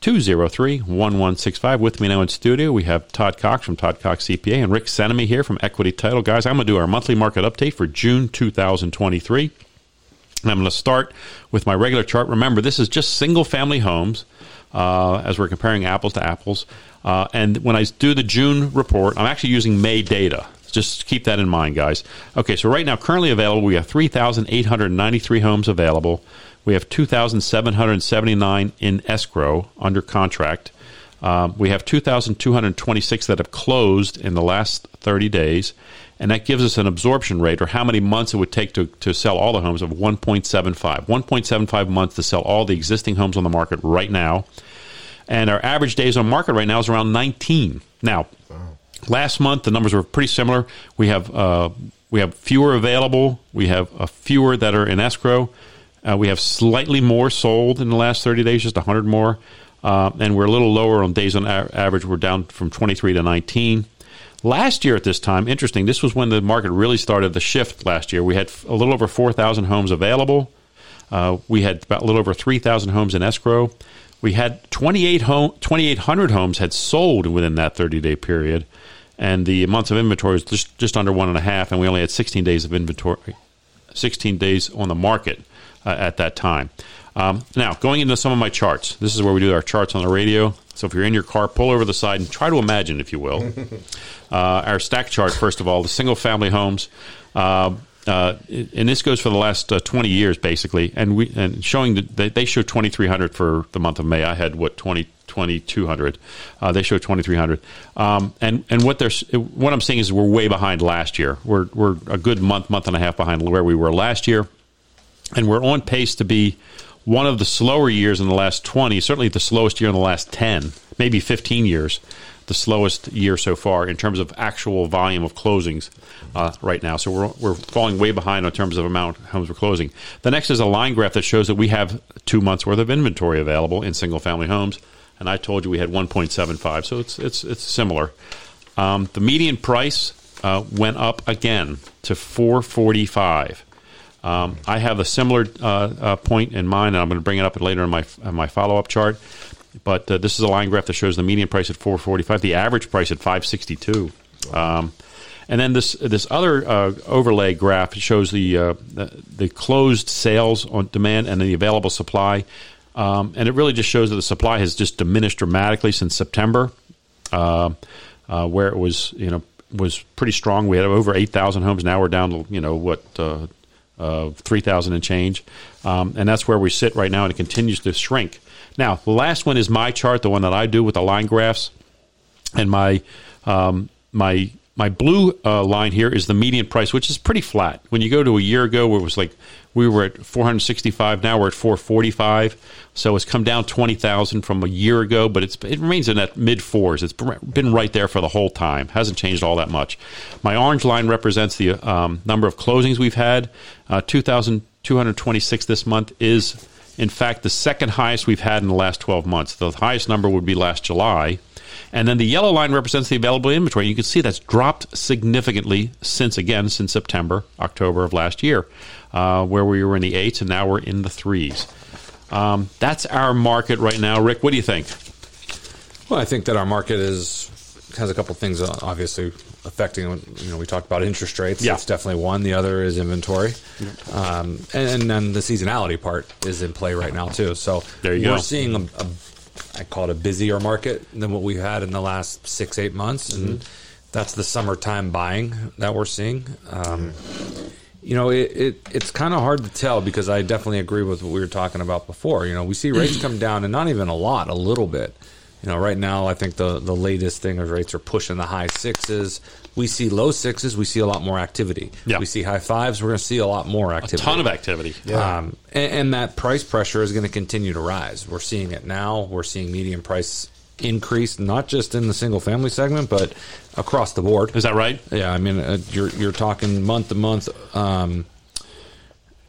Speaker 1: 203 1165. With me now in studio, we have Todd Cox from Todd Cox CPA and Rick Senemy here from Equity Title. Guys, I'm going to do our monthly market update for June 2023. And I'm going to start with my regular chart. Remember, this is just single family homes uh, as we're comparing apples to apples. Uh, and when I do the June report, I'm actually using May data. Just keep that in mind, guys. Okay, so right now, currently available, we have 3,893 homes available. We have 2,779 in escrow under contract. Um, we have 2,226 that have closed in the last 30 days, and that gives us an absorption rate, or how many months it would take to, to sell all the homes, of 1.75. 1.75 months to sell all the existing homes on the market right now. And our average days on market right now is around 19. Now, last month the numbers were pretty similar. We have uh, we have fewer available. We have a fewer that are in escrow. Uh, we have slightly more sold in the last 30 days, just 100 more. Uh, and we're a little lower on days on a- average. We're down from 23 to 19. Last year at this time, interesting, this was when the market really started the shift last year. We had f- a little over 4,000 homes available. Uh, we had about a little over 3,000 homes in escrow. We had 28 home, 2,800 homes had sold within that 30 day period. And the months of inventory is just, just under one and a half, and we only had 16 days of inventory, 16 days on the market uh, at that time. Um, now, going into some of my charts, this is where we do our charts on the radio. So if you're in your car, pull over the side and try to imagine, if you will. uh, our stack chart, first of all, the single family homes. Uh, uh, and this goes for the last uh, 20 years, basically. And we and showing that they, they show 2,300 for the month of May. I had what 20, 2,200. Uh, they show 2,300. Um, and and what they're s- what I'm seeing is we're way behind last year. We're we're a good month, month and a half behind where we were last year and we're on pace to be one of the slower years in the last 20, certainly the slowest year in the last 10, maybe 15 years, the slowest year so far in terms of actual volume of closings uh, right now. So we're, we're falling way behind in terms of amount of homes we're closing. The next is a line graph that shows that we have two months worth of inventory available in single family homes. And I told you we had 1.75, so it's, it's, it's similar. Um, the median price uh, went up again to 445. Um, I have a similar uh, uh, point in mind, and I'm going to bring it up later in my in my follow up chart. But uh, this is a line graph that shows the median price at 445, the average price at 562. Um, and then this this other uh, overlay graph shows the, uh, the the closed sales on demand and the available supply, um, and it really just shows that the supply has just diminished dramatically since September uh, uh, where it was you know was pretty strong. We had over eight thousand homes. Now we're down to you know what uh, uh, three thousand and change, um, and that's where we sit right now, and it continues to shrink. Now the last one is my chart, the one that I do with the line graphs, and my um, my my blue uh, line here is the median price, which is pretty flat. When you go to a year ago, where it was like we were at 465, now we're at 445. So it's come down 20,000 from a year ago, but it's it remains in that mid fours. It's been right there for the whole time. Hasn't changed all that much. My orange line represents the um, number of closings we've had. Uh, 2,226 this month is, in fact, the second highest we've had in the last 12 months. The highest number would be last July. And then the yellow line represents the available inventory. You can see that's dropped significantly since, again, since September, October of last year, uh, where we were in the eights and now we're in the threes. Um, that's our market right now. Rick, what do you think?
Speaker 3: Well, I think that our market is has a couple things uh, obviously affecting. You know, we talked about interest rates.
Speaker 1: Yeah.
Speaker 3: That's definitely one. The other is inventory, um, and, and then the seasonality part is in play right now too. So
Speaker 1: There you
Speaker 3: we're
Speaker 1: go.
Speaker 3: seeing a, a I call it a busier market than what we had in the last six eight months, and
Speaker 1: Mm-hmm.
Speaker 3: that's the summertime buying that we're seeing. Um, you know, it, it it's kind of hard to tell because I definitely agree with what we were talking about before. You know, we see rates come down and not even a lot, a little bit. You know, right now I think the the latest thing is rates are pushing the high sixes. We see low sixes, we see a lot more activity.
Speaker 1: Yeah.
Speaker 3: We see high fives, we're going to see a lot more activity.
Speaker 1: Ton of activity.
Speaker 3: Um, and, and that price pressure is going to continue to rise. We're seeing it now. We're seeing median price increase, not just in the single family segment, but across the board.
Speaker 1: Is that right?
Speaker 3: Yeah, I mean, uh, you're you're talking month to month. Um,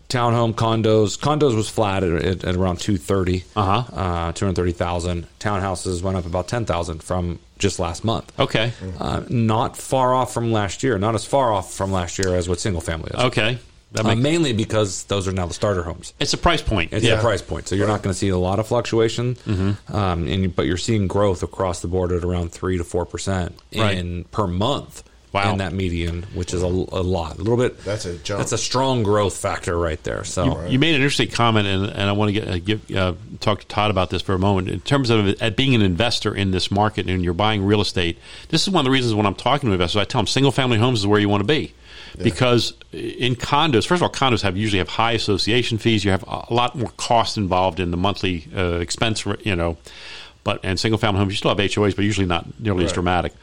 Speaker 3: townhome condos, condos was flat at, at, at around two thirty,
Speaker 1: Uh-huh.
Speaker 3: uh, two hundred thirty thousand. Townhouses went up about ten thousand from just last month.
Speaker 1: Okay.
Speaker 3: Uh, not far off from last year, not as far off from last year as what single family is.
Speaker 1: Okay. That
Speaker 3: Uh,
Speaker 1: makes,
Speaker 3: mainly because those are now the starter homes.
Speaker 1: it's a price point.
Speaker 3: It's
Speaker 1: yeah. Mm-hmm.
Speaker 3: a price point, so you're not going to see a lot of fluctuation. Um, and but you're seeing growth across the board at around three to four percent
Speaker 1: Right.
Speaker 3: in per month.
Speaker 1: Wow.
Speaker 3: in that median, which is a, a lot, a little bit.
Speaker 2: That's a jump.
Speaker 3: That's a strong growth factor right there. So
Speaker 1: You made an interesting comment, and, and I want to get, uh, give, uh, talk to Todd about this for a moment. In terms of uh, being an investor in this market and you're buying real estate, this is one of the reasons when I'm talking to investors, I tell them single family homes is where you want to be. Because in condos, first of all, condos have usually have high association fees. You have a lot more cost involved in the monthly uh, expense, you know. But and single family homes, you still have HOAs, but usually not nearly as
Speaker 2: Right.
Speaker 1: dramatic.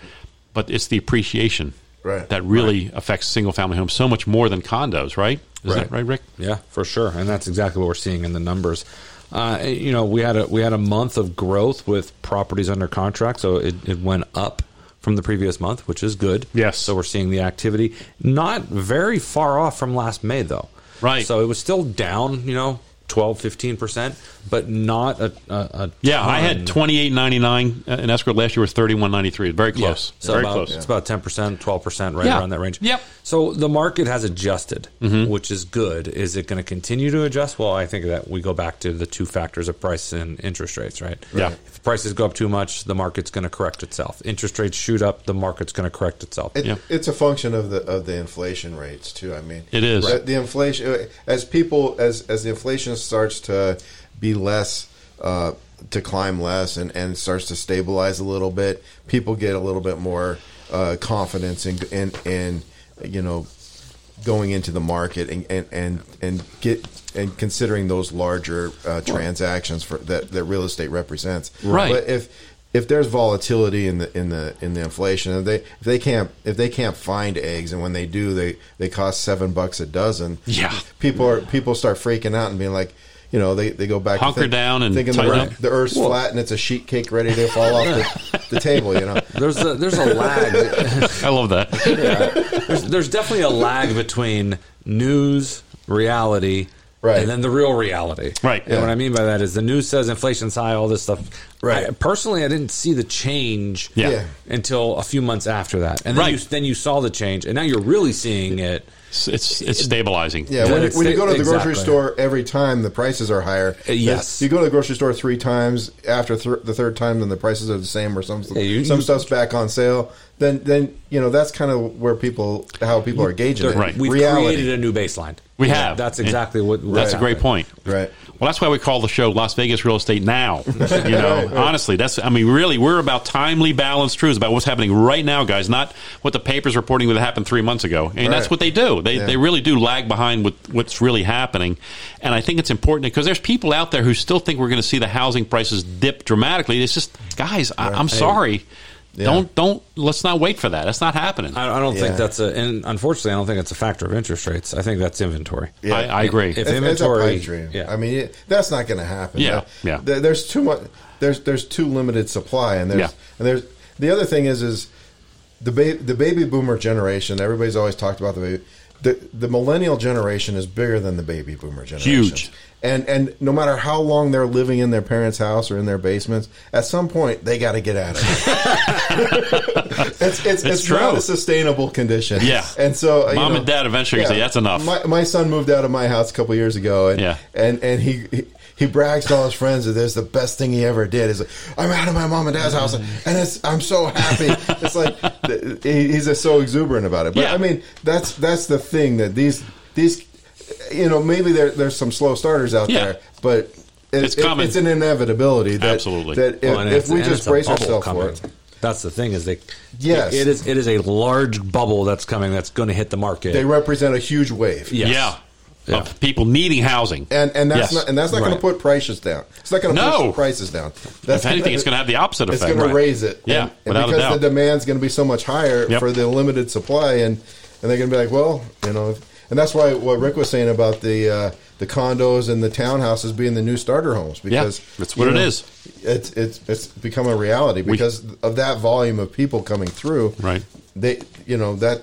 Speaker 1: But it's the appreciation
Speaker 2: Right.
Speaker 1: that really affects single family homes so much more than condos, right? Isn't
Speaker 2: Right.
Speaker 1: that right, Rick?
Speaker 3: Yeah, for sure, and that's exactly what we're seeing in the numbers. Uh, you know, we had a we had a month of growth with properties under contract, so it, it went up from the previous month, which is good.
Speaker 1: Yes.
Speaker 3: So we're seeing the activity not very far off from last May though.
Speaker 1: Right.
Speaker 3: So it was still down, you know, 12 15%, but not a, a, a
Speaker 1: Yeah, I
Speaker 3: ton.
Speaker 1: had twenty eight ninety nine in escrow last year was thirty one ninety three. Very
Speaker 3: Yeah.
Speaker 1: close.
Speaker 3: So
Speaker 1: Very
Speaker 3: about,
Speaker 1: close.
Speaker 3: It's about ten percent, twelve percent, right
Speaker 1: Yeah.
Speaker 3: around that range.
Speaker 1: Yep. Mm-hmm.
Speaker 3: So the market has adjusted, which is good. Is it going to continue to adjust? Well, I think that we go back to the two factors of price and interest rates, right?
Speaker 1: Yeah.
Speaker 3: If prices go up too much, the market's going to correct itself. Interest rates shoot up, the market's going to correct itself.
Speaker 2: It,
Speaker 1: Yeah.
Speaker 2: It's a function of the of the inflation rates too. I mean,
Speaker 1: It is.
Speaker 2: the, the inflation uh, as people as as the inflation starts to be less. Uh, to climb less and, and starts to stabilize a little bit, people get a little bit more uh, confidence in, in in you know going into the market and and and, and get and considering those larger uh, transactions for that, that real estate represents.
Speaker 1: Right.
Speaker 2: But if if there's volatility in the in the in the inflation, if they if they can't if they can't find eggs, and when they do, they they cost seven bucks a dozen.
Speaker 1: Yeah.
Speaker 2: people are people start freaking out and being like. You know, they, they go back to
Speaker 1: Hunker down and
Speaker 2: thinking the,
Speaker 1: tighten
Speaker 2: earth-
Speaker 1: up.
Speaker 2: the earth's flat and it's a sheet cake ready to fall off the, the table. You know,
Speaker 3: There's a, there's a lag.
Speaker 1: I love that.
Speaker 3: there's, there's definitely a lag between news, reality,
Speaker 2: Right.
Speaker 3: and then the real reality.
Speaker 1: Right.
Speaker 3: And what I mean by that is the news says inflation's high, all this stuff.
Speaker 2: Right.
Speaker 3: I- personally, I didn't see the change
Speaker 1: Yeah.
Speaker 2: Yeah.
Speaker 3: until a few months after that. And then,
Speaker 1: Right.
Speaker 3: you, then you saw the change, and now you're really seeing it.
Speaker 1: It's it's, it's stabilizing.
Speaker 2: Yeah,
Speaker 3: Yeah,
Speaker 2: when, you-
Speaker 3: it's-
Speaker 2: when you go to the grocery
Speaker 3: exactly.
Speaker 2: store every time, the prices are higher.
Speaker 3: Uh, yes.
Speaker 2: you go to the grocery store three times. After th- the third time, then the prices are the same, or some
Speaker 3: you-
Speaker 2: some
Speaker 3: you-
Speaker 2: stuff's back on sale. Then, then you know that's kind of where people how people are gauging it.
Speaker 1: Right.
Speaker 3: We've
Speaker 2: Reality,
Speaker 3: created a new baseline.
Speaker 1: We have.
Speaker 3: That's
Speaker 1: And
Speaker 3: exactly what.
Speaker 1: That's a great
Speaker 3: happened.
Speaker 1: point.
Speaker 2: right?
Speaker 1: Well, that's why we call the show Las Vegas Real Estate Now. You know, honestly, that's I mean, really, we're about timely, balanced truths about what's happening right now, guys. Not what the papers reporting that happened three months ago. And that's
Speaker 2: Right.
Speaker 1: what they do. They
Speaker 2: Yeah.
Speaker 1: they really do lag behind with what's really happening. And I think it's important because there's people out there who still think we're going to see the housing prices dip dramatically. It's just, guys, I, I'm sorry. Don't don't let's not wait for that. That's not happening. I,
Speaker 3: I, I don't think
Speaker 2: Yeah.
Speaker 3: that's a. And unfortunately, I don't think it's a factor of interest rates. I think that's inventory.
Speaker 2: Yeah.
Speaker 1: I, agree.
Speaker 3: If-
Speaker 2: It's, it's a
Speaker 3: inventory-
Speaker 2: pipe dream.
Speaker 3: yeah.
Speaker 2: I mean, it, that's not going to happen.
Speaker 1: Yeah,
Speaker 2: That-
Speaker 1: yeah.
Speaker 2: there- there's too much. There's there's too limited supply, and there's
Speaker 1: Yeah.
Speaker 2: and there's the other thing is is the ba- the baby boomer generation. Everybody's always talked about the baby. The, the millennial generation is bigger than the baby boomer generation.
Speaker 1: Huge.
Speaker 2: And and no matter how long they're living in their parents' house or in their basements, at some point they got to get out of it. it's it's, it's,
Speaker 1: true.
Speaker 2: not a sustainable condition.
Speaker 1: Yeah.
Speaker 2: And so you
Speaker 1: Mom
Speaker 2: know,
Speaker 1: and dad eventually say that's enough.
Speaker 2: my, my son moved out of my house a couple years ago, and
Speaker 1: Yeah.
Speaker 2: and and he. he he brags to all his friends that this is the best thing he ever did. He's like, I'm out of my mom and dad's house, and
Speaker 1: Mm-hmm.
Speaker 2: it's, I'm so happy. It's like th- he- he's just so exuberant about it. But
Speaker 1: Yeah.
Speaker 2: I mean, that's that's the thing that these these, you know, maybe there, there's some slow starters out
Speaker 1: Yeah.
Speaker 2: there, but it-
Speaker 1: It's
Speaker 2: it-
Speaker 1: coming.
Speaker 2: it's an inevitability. That,
Speaker 1: Absolutely.
Speaker 2: That if,
Speaker 3: Well, and
Speaker 2: if
Speaker 3: it's-
Speaker 2: we
Speaker 3: and
Speaker 2: just
Speaker 3: it's a
Speaker 2: brace
Speaker 3: bubble
Speaker 2: ourselves
Speaker 3: coming.
Speaker 2: for it,
Speaker 3: That's the thing is they.
Speaker 2: Yes.
Speaker 3: it is. It is a large bubble that's coming. That's going to hit the market.
Speaker 2: they represent a huge wave.
Speaker 3: Yes.
Speaker 1: Yeah. Of people needing housing.
Speaker 2: and and that's
Speaker 1: Yes.
Speaker 2: not and that's not going
Speaker 3: Right.
Speaker 2: to put prices down. It's not going to
Speaker 1: No.
Speaker 2: push prices down. That's,
Speaker 1: if anything, it's going to have the opposite
Speaker 2: it's
Speaker 1: effect.
Speaker 2: going to
Speaker 1: Right.
Speaker 2: raise it.
Speaker 1: Yeah,
Speaker 2: and, and
Speaker 1: without a
Speaker 2: because
Speaker 1: doubt.
Speaker 2: the demand's going to be so much higher
Speaker 1: Yep.
Speaker 2: for the limited supply, and and they're going to be like, well, you know, and that's why what Rick was saying about the uh, the condos and the townhouses being the new starter homes because
Speaker 1: that's what
Speaker 2: you
Speaker 1: it is.
Speaker 2: It's it's it's become a reality because of that volume of people coming through.
Speaker 1: Right.
Speaker 2: They you know that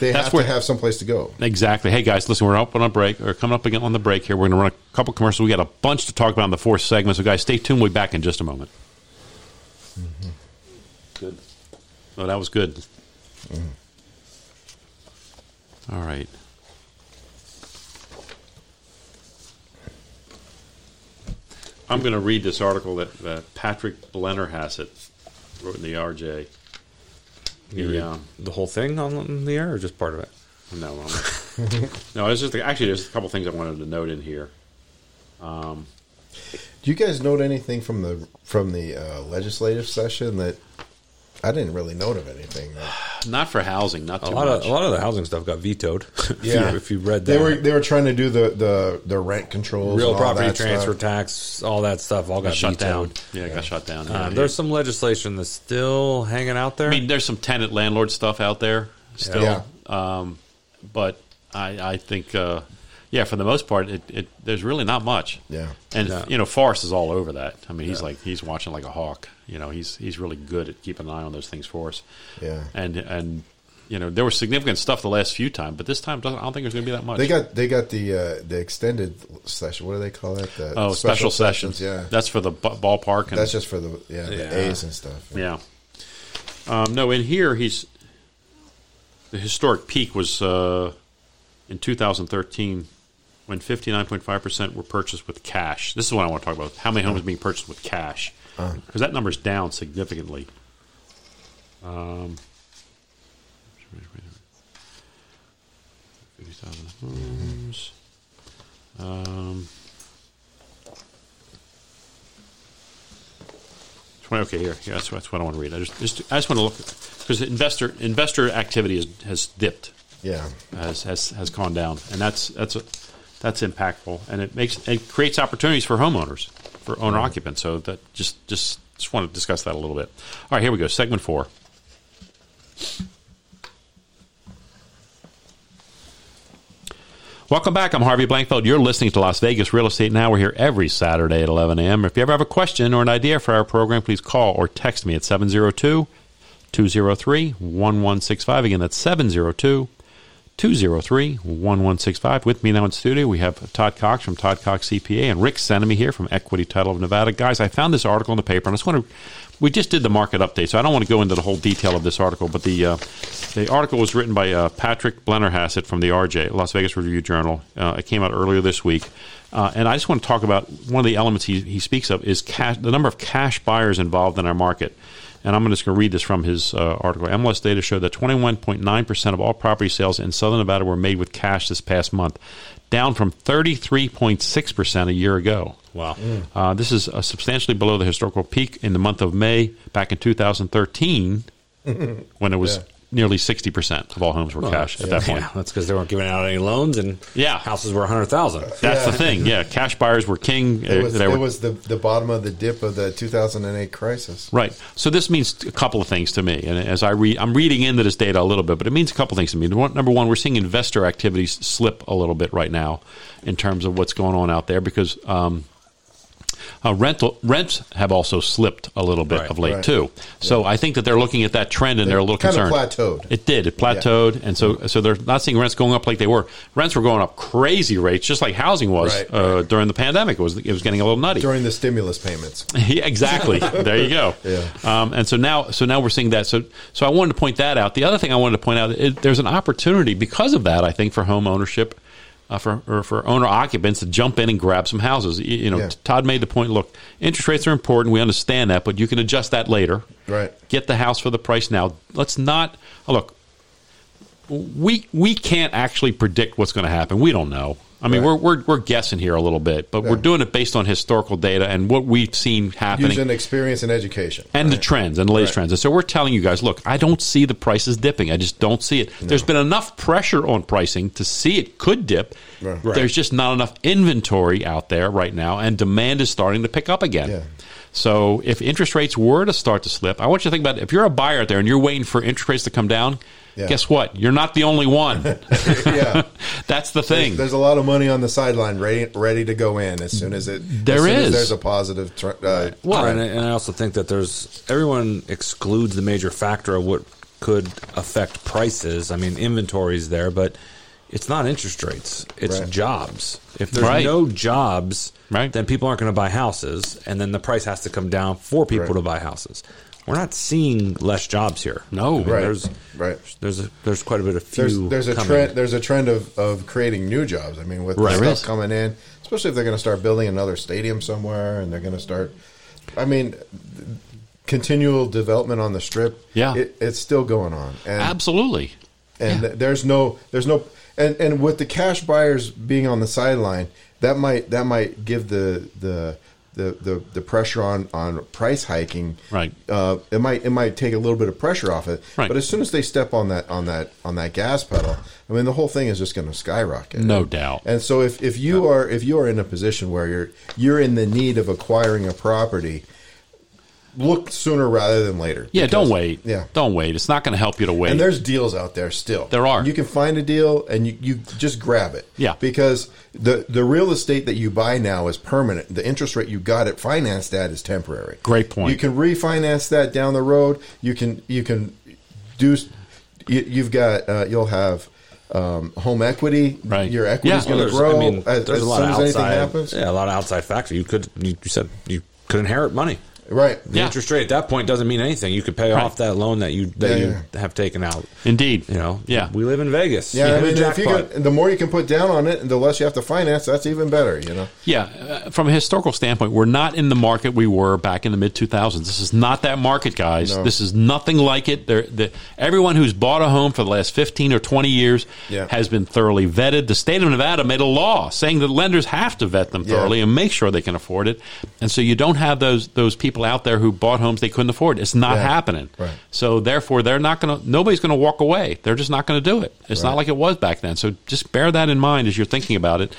Speaker 2: they
Speaker 1: That's
Speaker 2: have
Speaker 1: where-
Speaker 2: to have someplace to go.
Speaker 1: Exactly. Hey guys, listen, we're up on a break or coming up again on the break here. We're going to run a couple commercials. We got a bunch to talk about in the fourth segment. So guys, stay tuned. We'll be back in just a moment.
Speaker 2: Mm-hmm.
Speaker 1: Good. No, that was good.
Speaker 2: Mm-hmm.
Speaker 1: All right. I'm going to read this article that, that Patrick Blenner has it wrote in the RJ.
Speaker 3: You
Speaker 1: The,
Speaker 3: read
Speaker 1: um,
Speaker 3: the whole thing on the air or just part of it?
Speaker 1: no, I'm no. There's just actually there's a couple things I wanted to note in here.
Speaker 2: Do you guys note anything from the from the uh, legislative session that I didn't really note of anything? that-
Speaker 1: Not for housing, not
Speaker 3: A
Speaker 1: too
Speaker 3: lot
Speaker 1: much.
Speaker 3: of a lot of the housing stuff got vetoed. If you-
Speaker 2: Yeah.
Speaker 3: if you read that,
Speaker 2: They were they were trying to do the the, the rent controls,
Speaker 3: real
Speaker 2: and all
Speaker 3: property
Speaker 2: that stuff.
Speaker 3: transfer tax, all that stuff, all got
Speaker 1: shut
Speaker 3: vetoed.
Speaker 1: down. Yeah, got shut down.
Speaker 3: Uh,
Speaker 1: Yeah,
Speaker 3: There's some legislation that's still hanging out there.
Speaker 1: I mean, there's some tenant landlord stuff out there still,
Speaker 2: Yeah.
Speaker 1: Um, but I, I think, uh, yeah, for the most part, it, it there's really not much.
Speaker 2: Yeah.
Speaker 1: and
Speaker 3: No.
Speaker 1: you know, Forrest is all over that. I mean, he's like he's watching like a hawk. You know, he's he's really good at keeping an eye on those things for us.
Speaker 2: Yeah.
Speaker 1: and and you know, there was significant stuff the last few times, but this time doesn't, I don't think there's going to be that much.
Speaker 2: They got they got the uh, the extended session. What do they call that? The
Speaker 1: Oh, special, sessions.
Speaker 2: Yeah, that's,
Speaker 1: that's for the bu- ballpark. And,
Speaker 2: just for the yeah,
Speaker 3: Yeah.
Speaker 2: the A's and stuff.
Speaker 1: yeah. Um, no, in here he's the historic peak was uh, in 2013 when 59.5 percent were purchased with cash. This is what I want to talk about: how many homes are being purchased with cash? Because that number's down significantly. Um, 50,000 homes. Um, 20, okay, here, yeah, that's, that's what I want to read. I just, just I just want to look because investor investor activity is, has dipped,
Speaker 2: Yeah,
Speaker 1: has, has has gone down, and that's that's a, that's impactful, and it makes it creates opportunities for homeowners for owner occupants. So that just just just want to discuss that a little bit. All right, here we go. Segment four. Welcome back. I'm Harvey Blankfeld. You're listening to Las Vegas Real Estate Now. We're here every Saturday at 11 a.m. If you ever have a question or an idea for our program, please call or text me at 702 203 1165. Again, that's 702 203 1165. With me now in studio, we have Todd Cox from Todd Cox CPA and Rick Senemy here from Equity Title of Nevada. Guys, I found this article in the paper, and I just want to. We just did the market update, so I don't want to go into the whole detail of this article, but the uh, the article was written by uh, Patrick Blennerhassett from the RJ, Las Vegas Review Journal. Uh, it came out earlier this week. Uh, and I just want to talk about one of the elements he, he speaks of is cash, the number of cash buyers involved in our market. And I'm just going to read this from his uh, article. MLS data showed that 21.9% of all property sales in Southern Nevada were made with cash this past month, down from 33.6% a year ago.
Speaker 3: wow.
Speaker 1: Uh, this is uh, substantially below the historical peak in the month of May back in 2013, when it was
Speaker 2: Yeah.
Speaker 1: nearly 60% of all homes were cash at that point.
Speaker 3: Yeah, that's because they weren't giving out any loans and
Speaker 1: Yeah.
Speaker 3: houses were 100000
Speaker 1: That's
Speaker 2: Yeah.
Speaker 1: the thing. Yeah, cash buyers were king.
Speaker 2: it was
Speaker 1: They were-
Speaker 2: it was the the bottom of the dip of the 2008 crisis.
Speaker 1: Right. So this means a couple of things to me, and as I read, I'm reading into this data a little bit, but it means a couple of things to me. The one- Number one, we're seeing investor activities slip a little bit right now, in terms of what's going on out there, because um, uh, rental rents have also slipped a little bit
Speaker 3: Right.
Speaker 1: of late
Speaker 2: Right.
Speaker 1: too. So I think that they're looking at that trend and they, are a little
Speaker 2: kind of
Speaker 1: concerned.
Speaker 2: plateaued.
Speaker 1: It did. It plateaued, and so so they're not seeing rents going up like they were. Rents were going up crazy rates, just like housing was
Speaker 2: Right.
Speaker 1: uh, during the pandemic. It was it was getting a little nutty.
Speaker 2: During the stimulus payments,
Speaker 1: Yeah, exactly. There you go.
Speaker 2: Yeah.
Speaker 1: Um, and so now, so now we're seeing that. So, so I wanted to point that out. The other thing I wanted to point out is there's an opportunity because of that. I think for home ownership, uh, for or for owner occupants to jump in and grab some houses. You, you know,
Speaker 2: Yeah.
Speaker 1: Todd made the point. Look, interest rates are important. We understand that, but you can adjust that later.
Speaker 2: Right.
Speaker 1: Get the house for the price now. Let's not oh, look we we can't actually predict what's going to happen. We don't know. I mean,
Speaker 2: Right.
Speaker 1: we're, we're we're guessing here a little bit, but we're
Speaker 2: Yeah.
Speaker 1: doing it based on historical data and what we've seen happening
Speaker 2: using experience and education.
Speaker 1: and the trends and the latest
Speaker 2: Right.
Speaker 1: trends. And so we're telling you guys, look, I don't see the prices dipping. I just don't see it. There's been enough pressure on pricing to see it could dip.
Speaker 2: Right.
Speaker 1: There's just not enough inventory out there right now, and demand is starting to pick up again.
Speaker 2: Yeah.
Speaker 1: So if interest rates were to start to slip, I want you to think about if you're a buyer out there and you're waiting for interest rates to come down,
Speaker 2: Yeah.
Speaker 1: guess what? You're not the only one.
Speaker 2: yeah.
Speaker 1: That's the thing.
Speaker 2: There's a lot of money on the sideline ready, ready to go in as soon as it.
Speaker 1: There
Speaker 2: as soon as
Speaker 1: is.
Speaker 2: there's a positive. Tr- uh,
Speaker 3: Well, and I, and I also think that there's everyone excludes the major factor of what could affect prices. I mean, inventory is there, but it's not interest rates; it's
Speaker 2: Right.
Speaker 3: jobs. If there's
Speaker 1: Right.
Speaker 3: no jobs,
Speaker 1: Right.
Speaker 3: then people aren't going to buy houses, and then the price has to come down for people
Speaker 2: Right.
Speaker 3: to buy houses. We're not seeing less jobs here.
Speaker 1: No.
Speaker 3: I mean,
Speaker 2: Right.
Speaker 3: There's
Speaker 2: Right.
Speaker 3: There's a, there's quite a bit of few.
Speaker 2: there's there's a
Speaker 3: coming.
Speaker 2: trend there's a trend of, of creating new jobs. I mean, with
Speaker 1: Right. There
Speaker 2: stuff
Speaker 1: is.
Speaker 2: coming in, especially if they're going to start building another stadium somewhere, and they're going to start. I mean, th- continual development on the strip.
Speaker 1: Yeah.
Speaker 2: it, it's still going on. And,
Speaker 1: Absolutely.
Speaker 2: and th- there's no there's no and and with the cash buyers being on the sideline that might that might give the the the, the, the pressure on, on price hiking
Speaker 1: Right.
Speaker 2: uh, it might it might take a little bit of pressure off it
Speaker 1: Right.
Speaker 2: but as soon as they step on that on that on that gas pedal I mean the whole thing is just going to skyrocket
Speaker 1: No doubt.
Speaker 2: and so if, if you are if you are in a position where you're you're in the need of acquiring a property look sooner rather than later
Speaker 1: Yeah,
Speaker 2: Because-
Speaker 1: don't wait.
Speaker 2: yeah
Speaker 1: Don't wait. It's not going to help you to wait.
Speaker 2: and there's deals out there still.
Speaker 1: There are.
Speaker 2: You can find a deal and you, you just grab it.
Speaker 1: Yeah.
Speaker 2: Because the the real estate that you buy now is permanent. The interest rate you got it financed at is temporary.
Speaker 1: Great point.
Speaker 2: You can refinance that down the road. You can you can do. You, you've got uh, you'll have. Um, home equity,
Speaker 1: Right.
Speaker 2: Your equity's
Speaker 1: Yeah.
Speaker 2: going
Speaker 1: Well,
Speaker 2: to grow as,
Speaker 3: there's
Speaker 2: as soon as anything happens.
Speaker 3: Yeah, a lot of outside factor. You could you, you said you could inherit money.
Speaker 2: Right?
Speaker 3: The
Speaker 1: Yeah.
Speaker 3: interest rate at that point doesn't mean anything. You could pay
Speaker 1: Right.
Speaker 3: off that loan that you that
Speaker 2: Yeah,
Speaker 3: you
Speaker 2: yeah.
Speaker 3: have taken out.
Speaker 1: Indeed.
Speaker 3: You know,
Speaker 1: Yeah.
Speaker 3: we live in Vegas.
Speaker 2: Yeah,
Speaker 3: You
Speaker 2: I
Speaker 3: hit a
Speaker 2: mean, if you
Speaker 3: jackpot.
Speaker 2: can, the more you can put down on it, and the less you have to finance. That's even better, you know.
Speaker 1: Yeah, uh, from a historical standpoint, we're not in the market we were back in the mid 2000s. This is not that market, guys.
Speaker 2: No.
Speaker 1: This is nothing like it. There, the, everyone who's bought a home for the last 15 or 20 years
Speaker 2: Yeah.
Speaker 1: has been thoroughly vetted. The state of Nevada made a law saying that lenders have to vet them
Speaker 2: Yeah.
Speaker 1: thoroughly and make sure they can afford it. And so you don't have those those people out there who bought homes they couldn't afford. It's not
Speaker 2: Yeah.
Speaker 1: happening.
Speaker 2: Right.
Speaker 1: So therefore, they're not going to. Nobody's going to walk away. They're just not going to do it. It's not
Speaker 2: Right.
Speaker 1: like it was back then. So just bear that in mind as you're thinking about it.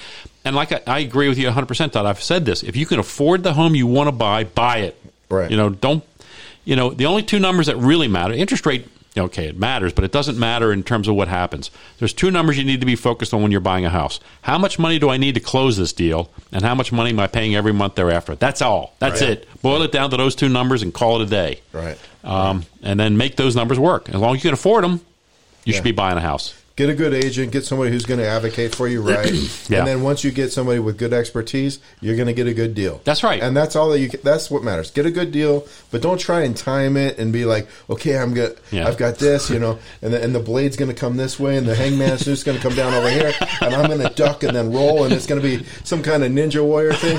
Speaker 1: And like I, I agree with you 100, percent Todd. I've said this: if you can afford the home you want to buy, buy it.
Speaker 2: Right.
Speaker 1: You know, don't. You know, the only two numbers that really matter: interest rate. Okay, it matters, but it doesn't matter in terms of what happens. There's two numbers you need to be focused on when you're buying a house. How much money do I need to close this deal, and how much money am I paying every month thereafter? That's all. That's
Speaker 2: Right.
Speaker 1: it. Boil it down to those two numbers and call it a day
Speaker 2: Right.
Speaker 1: um, and then make those numbers work. As long as you can afford them, you
Speaker 2: Yeah.
Speaker 1: should be buying a house.
Speaker 2: get a good agent, get somebody who's going to advocate for you right.
Speaker 1: Yeah.
Speaker 2: And then once you get somebody with good expertise, you're going to get a good deal.
Speaker 1: That's right.
Speaker 2: And that's all that you that's what matters. Get a good deal, but don't try and time it and be like, "Okay, I'm good.
Speaker 1: Yeah.
Speaker 2: I've got this, you know, and the, and the blade's going to come this way and the hangman's just going to come down over here and I'm going to duck and then roll and it's going to be some kind of ninja warrior thing."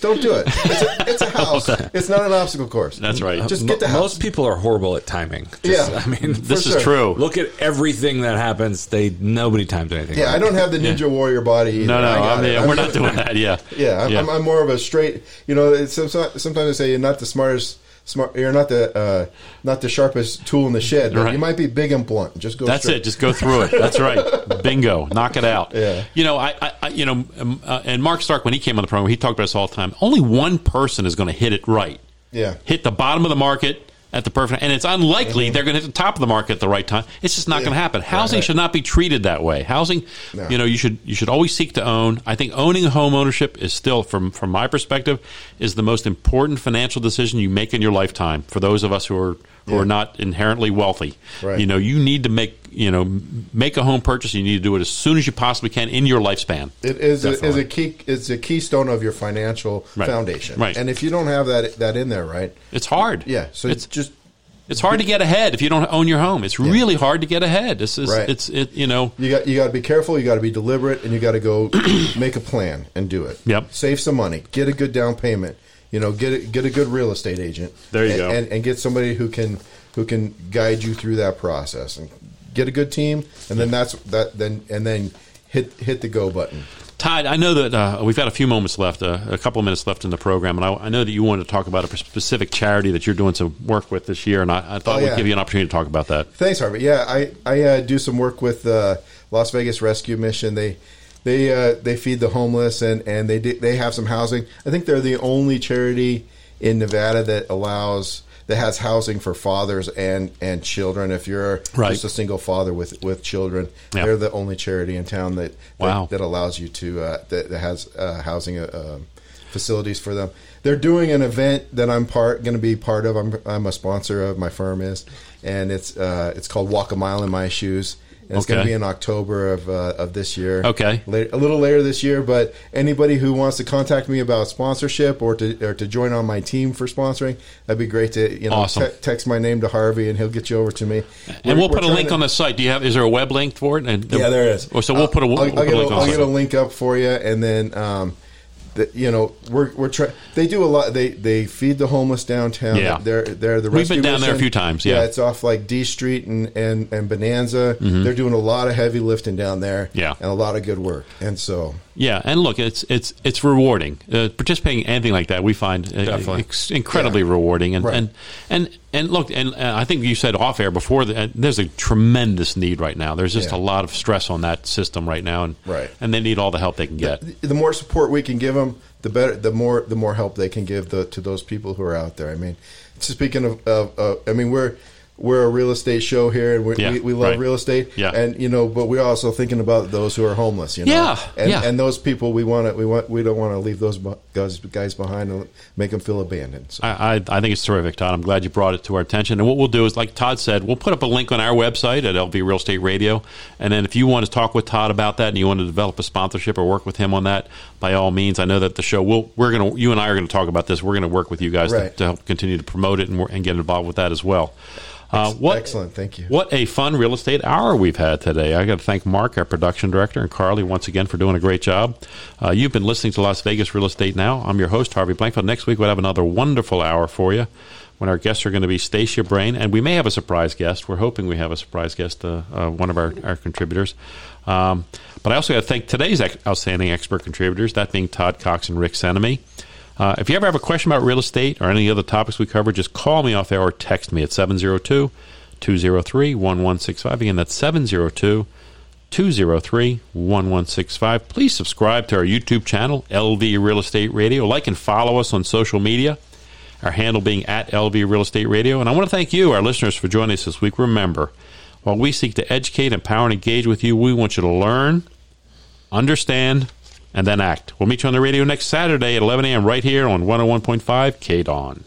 Speaker 2: Don't do it. It's a, it's a house. It's not an obstacle course.
Speaker 1: That's right.
Speaker 2: Just get the
Speaker 3: Mo-
Speaker 2: house.
Speaker 3: Most people are horrible at timing. Just-
Speaker 2: Yeah.
Speaker 3: I mean,
Speaker 1: This
Speaker 2: For
Speaker 1: is
Speaker 2: sure.
Speaker 1: true.
Speaker 3: look at everything that happens. They nobody times anything.
Speaker 2: yeah,
Speaker 3: right.
Speaker 2: I don't have the ninja warrior body. Either.
Speaker 1: no, no,
Speaker 2: I got
Speaker 1: I mean,
Speaker 2: it.
Speaker 1: we're
Speaker 2: I'm-
Speaker 1: not doing that. Yeah,
Speaker 2: Yeah, I'm, I'm, I'm more of a straight. You know, it's, sometimes sometimes they say you're not the smartest. Smart, you're not the uh, not the sharpest tool in the shed, but
Speaker 1: Right.
Speaker 2: you might be big and blunt. Just go.
Speaker 1: That's
Speaker 2: straight.
Speaker 1: it. Just go through it. That's right. Bingo. Knock it out.
Speaker 2: Yeah.
Speaker 1: You know, I, I, I you know, um, uh, and Mark Stark when he came on the program, he talked about this all the time. Only one person is going to hit it right.
Speaker 2: Yeah.
Speaker 1: Hit the bottom of the market at the perfect, and it's
Speaker 2: Mm-hmm.
Speaker 1: unlikely they're going to hit the top of the market at the right time. It's just not going to happen. Housing should not be treated that way. Housing,
Speaker 2: No.
Speaker 1: you know, you should you should always seek to own. I think owning home ownership is still, from from my perspective, is the most important financial decision you make in your lifetime. For those of us who are who
Speaker 2: Yeah.
Speaker 1: are not inherently wealthy,
Speaker 2: Right.
Speaker 1: you know, you need to make you know m- make a home purchase. You need to do it as soon as you possibly can in your lifespan.
Speaker 2: It is a, is
Speaker 1: Definitely.
Speaker 2: a key. It's a keystone of your financial
Speaker 1: Right.
Speaker 2: foundation.
Speaker 1: Right.
Speaker 2: And if you don't have that that in there, right?
Speaker 1: It's hard.
Speaker 2: Yeah. So
Speaker 1: it's
Speaker 2: it's just
Speaker 1: it's hard to get ahead if you don't own your home. It's really hard to get ahead. This is
Speaker 2: Right.
Speaker 1: it's it you know
Speaker 2: you got you got to be careful. You got to be deliberate, and you got to go make a plan and do it.
Speaker 1: Yep.
Speaker 2: Save some money. Get a good down payment. You know, get a, get a good real estate agent.
Speaker 1: There you
Speaker 2: and,
Speaker 1: go.
Speaker 2: And, and get somebody who can who can guide you through that process and get a good team. And then that's that. Then and then hit hit the go button.
Speaker 1: Todd, I know that uh, we've got a few moments left, uh, a couple of minutes left in the program, and I, I know that you wanted to talk about a specific charity that you're doing some work with this year, and I, I thought
Speaker 2: Oh,
Speaker 1: we'd
Speaker 2: yeah.
Speaker 1: give you an opportunity to talk about that.
Speaker 2: Thanks, Harvey. Yeah, I I uh, do some work with uh, Las Vegas Rescue Mission. They they uh, they feed the homeless and and they do, they have some housing. I think they're the only charity in Nevada that allows that has housing for fathers and and children. If you're
Speaker 1: Right.
Speaker 2: just a single father with with children,
Speaker 1: Yeah.
Speaker 2: they're the only charity in town that that,
Speaker 1: Wow.
Speaker 2: that allows you to uh, that, that has uh, housing uh, um, facilities for them. They're doing an event that I'm part going to be part of. I'm I'm a sponsor of. My firm is, and it's uh, it's called Walk a Mile in My Shoes. And it's going
Speaker 1: Okay.
Speaker 2: to be in October of uh, of this year.
Speaker 1: Okay.
Speaker 2: Later, a little later this year. But anybody who wants to contact me about sponsorship or to or to join on my team for sponsoring, that'd be great to you know
Speaker 1: Awesome.
Speaker 2: te- text my name to Harvey and he'll get you over to me.
Speaker 1: and we'll put a link
Speaker 2: on
Speaker 1: on the site. Do you have? Is there a web link for it? And
Speaker 2: yeah, there is. Uh,
Speaker 1: Oh, so we'll put a,
Speaker 2: I'll,
Speaker 1: we'll
Speaker 2: I'll
Speaker 1: put
Speaker 2: get,
Speaker 1: a link
Speaker 2: a,
Speaker 1: on
Speaker 2: I'll
Speaker 1: the
Speaker 2: get a
Speaker 1: site.
Speaker 2: link up for you, and then um, the, you know we're we're try- they do a lot. They they feed the homeless downtown.
Speaker 1: Yeah.
Speaker 2: they're they're the
Speaker 1: We've been
Speaker 2: rescue
Speaker 1: down there a
Speaker 2: mission.
Speaker 1: few times, yeah.
Speaker 2: it's off like D Street and and and Bonanza. They're doing a lot of heavy lifting down there.
Speaker 1: Mm-hmm. Yeah.
Speaker 2: and a lot of good work. And so
Speaker 1: Yeah, and look, it's it's it's rewarding. Uh, participating in anything like that, we find uh,
Speaker 3: Definitely.
Speaker 1: ex- incredibly rewarding. And,
Speaker 2: Right.
Speaker 1: and and and look, and uh, I think you said off air before that uh, there's a tremendous need right now. There's just
Speaker 2: Yeah.
Speaker 1: a lot of stress on that system right now, and
Speaker 2: Right.
Speaker 1: and they need all the help they can get.
Speaker 2: the more support we can give them, the better. The more the more help they can give the, to those people who are out there. I mean, speaking of, of uh, I mean, we're we're a real estate show here, and we're,
Speaker 1: Yeah,
Speaker 2: we we love
Speaker 1: right.
Speaker 2: real estate.
Speaker 1: Yeah.
Speaker 2: and you know, but we're also thinking about those who are homeless. You know,
Speaker 1: Yeah,
Speaker 2: and
Speaker 1: yeah.
Speaker 2: and those people we want to we want we don't want to leave those bu- guys guys behind and make them feel abandoned. So.
Speaker 1: I, I, I think it's terrific, Todd. I'm glad you brought it to our attention. And what we'll do is, like Todd said, we'll put up a link on our website at LV Real Estate Radio. And then if you want to talk with Todd about that and you want to develop a sponsorship or work with him on that, by all means, I know that the show will we're gonna you and I are gonna talk about this. We're gonna work with you guys to- to,
Speaker 2: Right.
Speaker 1: help continue to promote it and, wor- and get involved with that as well. Uh, what,
Speaker 2: Excellent, thank you.
Speaker 1: What a fun real estate hour we've had today. I got to thank Mark, our production director, and Carly once again for doing a great job. Uh, you've been listening to Las Vegas Real Estate Now. I'm your host, Harvey Blankfield. Next week, we'll have another wonderful hour for you when our guests are going to be Stacia Brain, and we may have a surprise guest. We're hoping we have a surprise guest, uh, uh, one of our, our contributors. Um, but I also got to thank today's ex- outstanding expert contributors, that being Todd Cox and Rick Senemy. Uh, if you ever have a question about real estate or any other topics we cover, just call me off there or text me at 702 203 1165. Again, that's 702 203 1165. Please subscribe to our YouTube channel, LV Real Estate Radio. Like and follow us on social media, our handle being at LV Real Estate Radio. And I want to thank you, our listeners, for joining us this week. Remember, while we seek to educate, empower, and engage with you, we want you to learn understand, oh and then act. We'll meet you on the radio next Saturday at 11 a.m. right here on 101.5 KDON.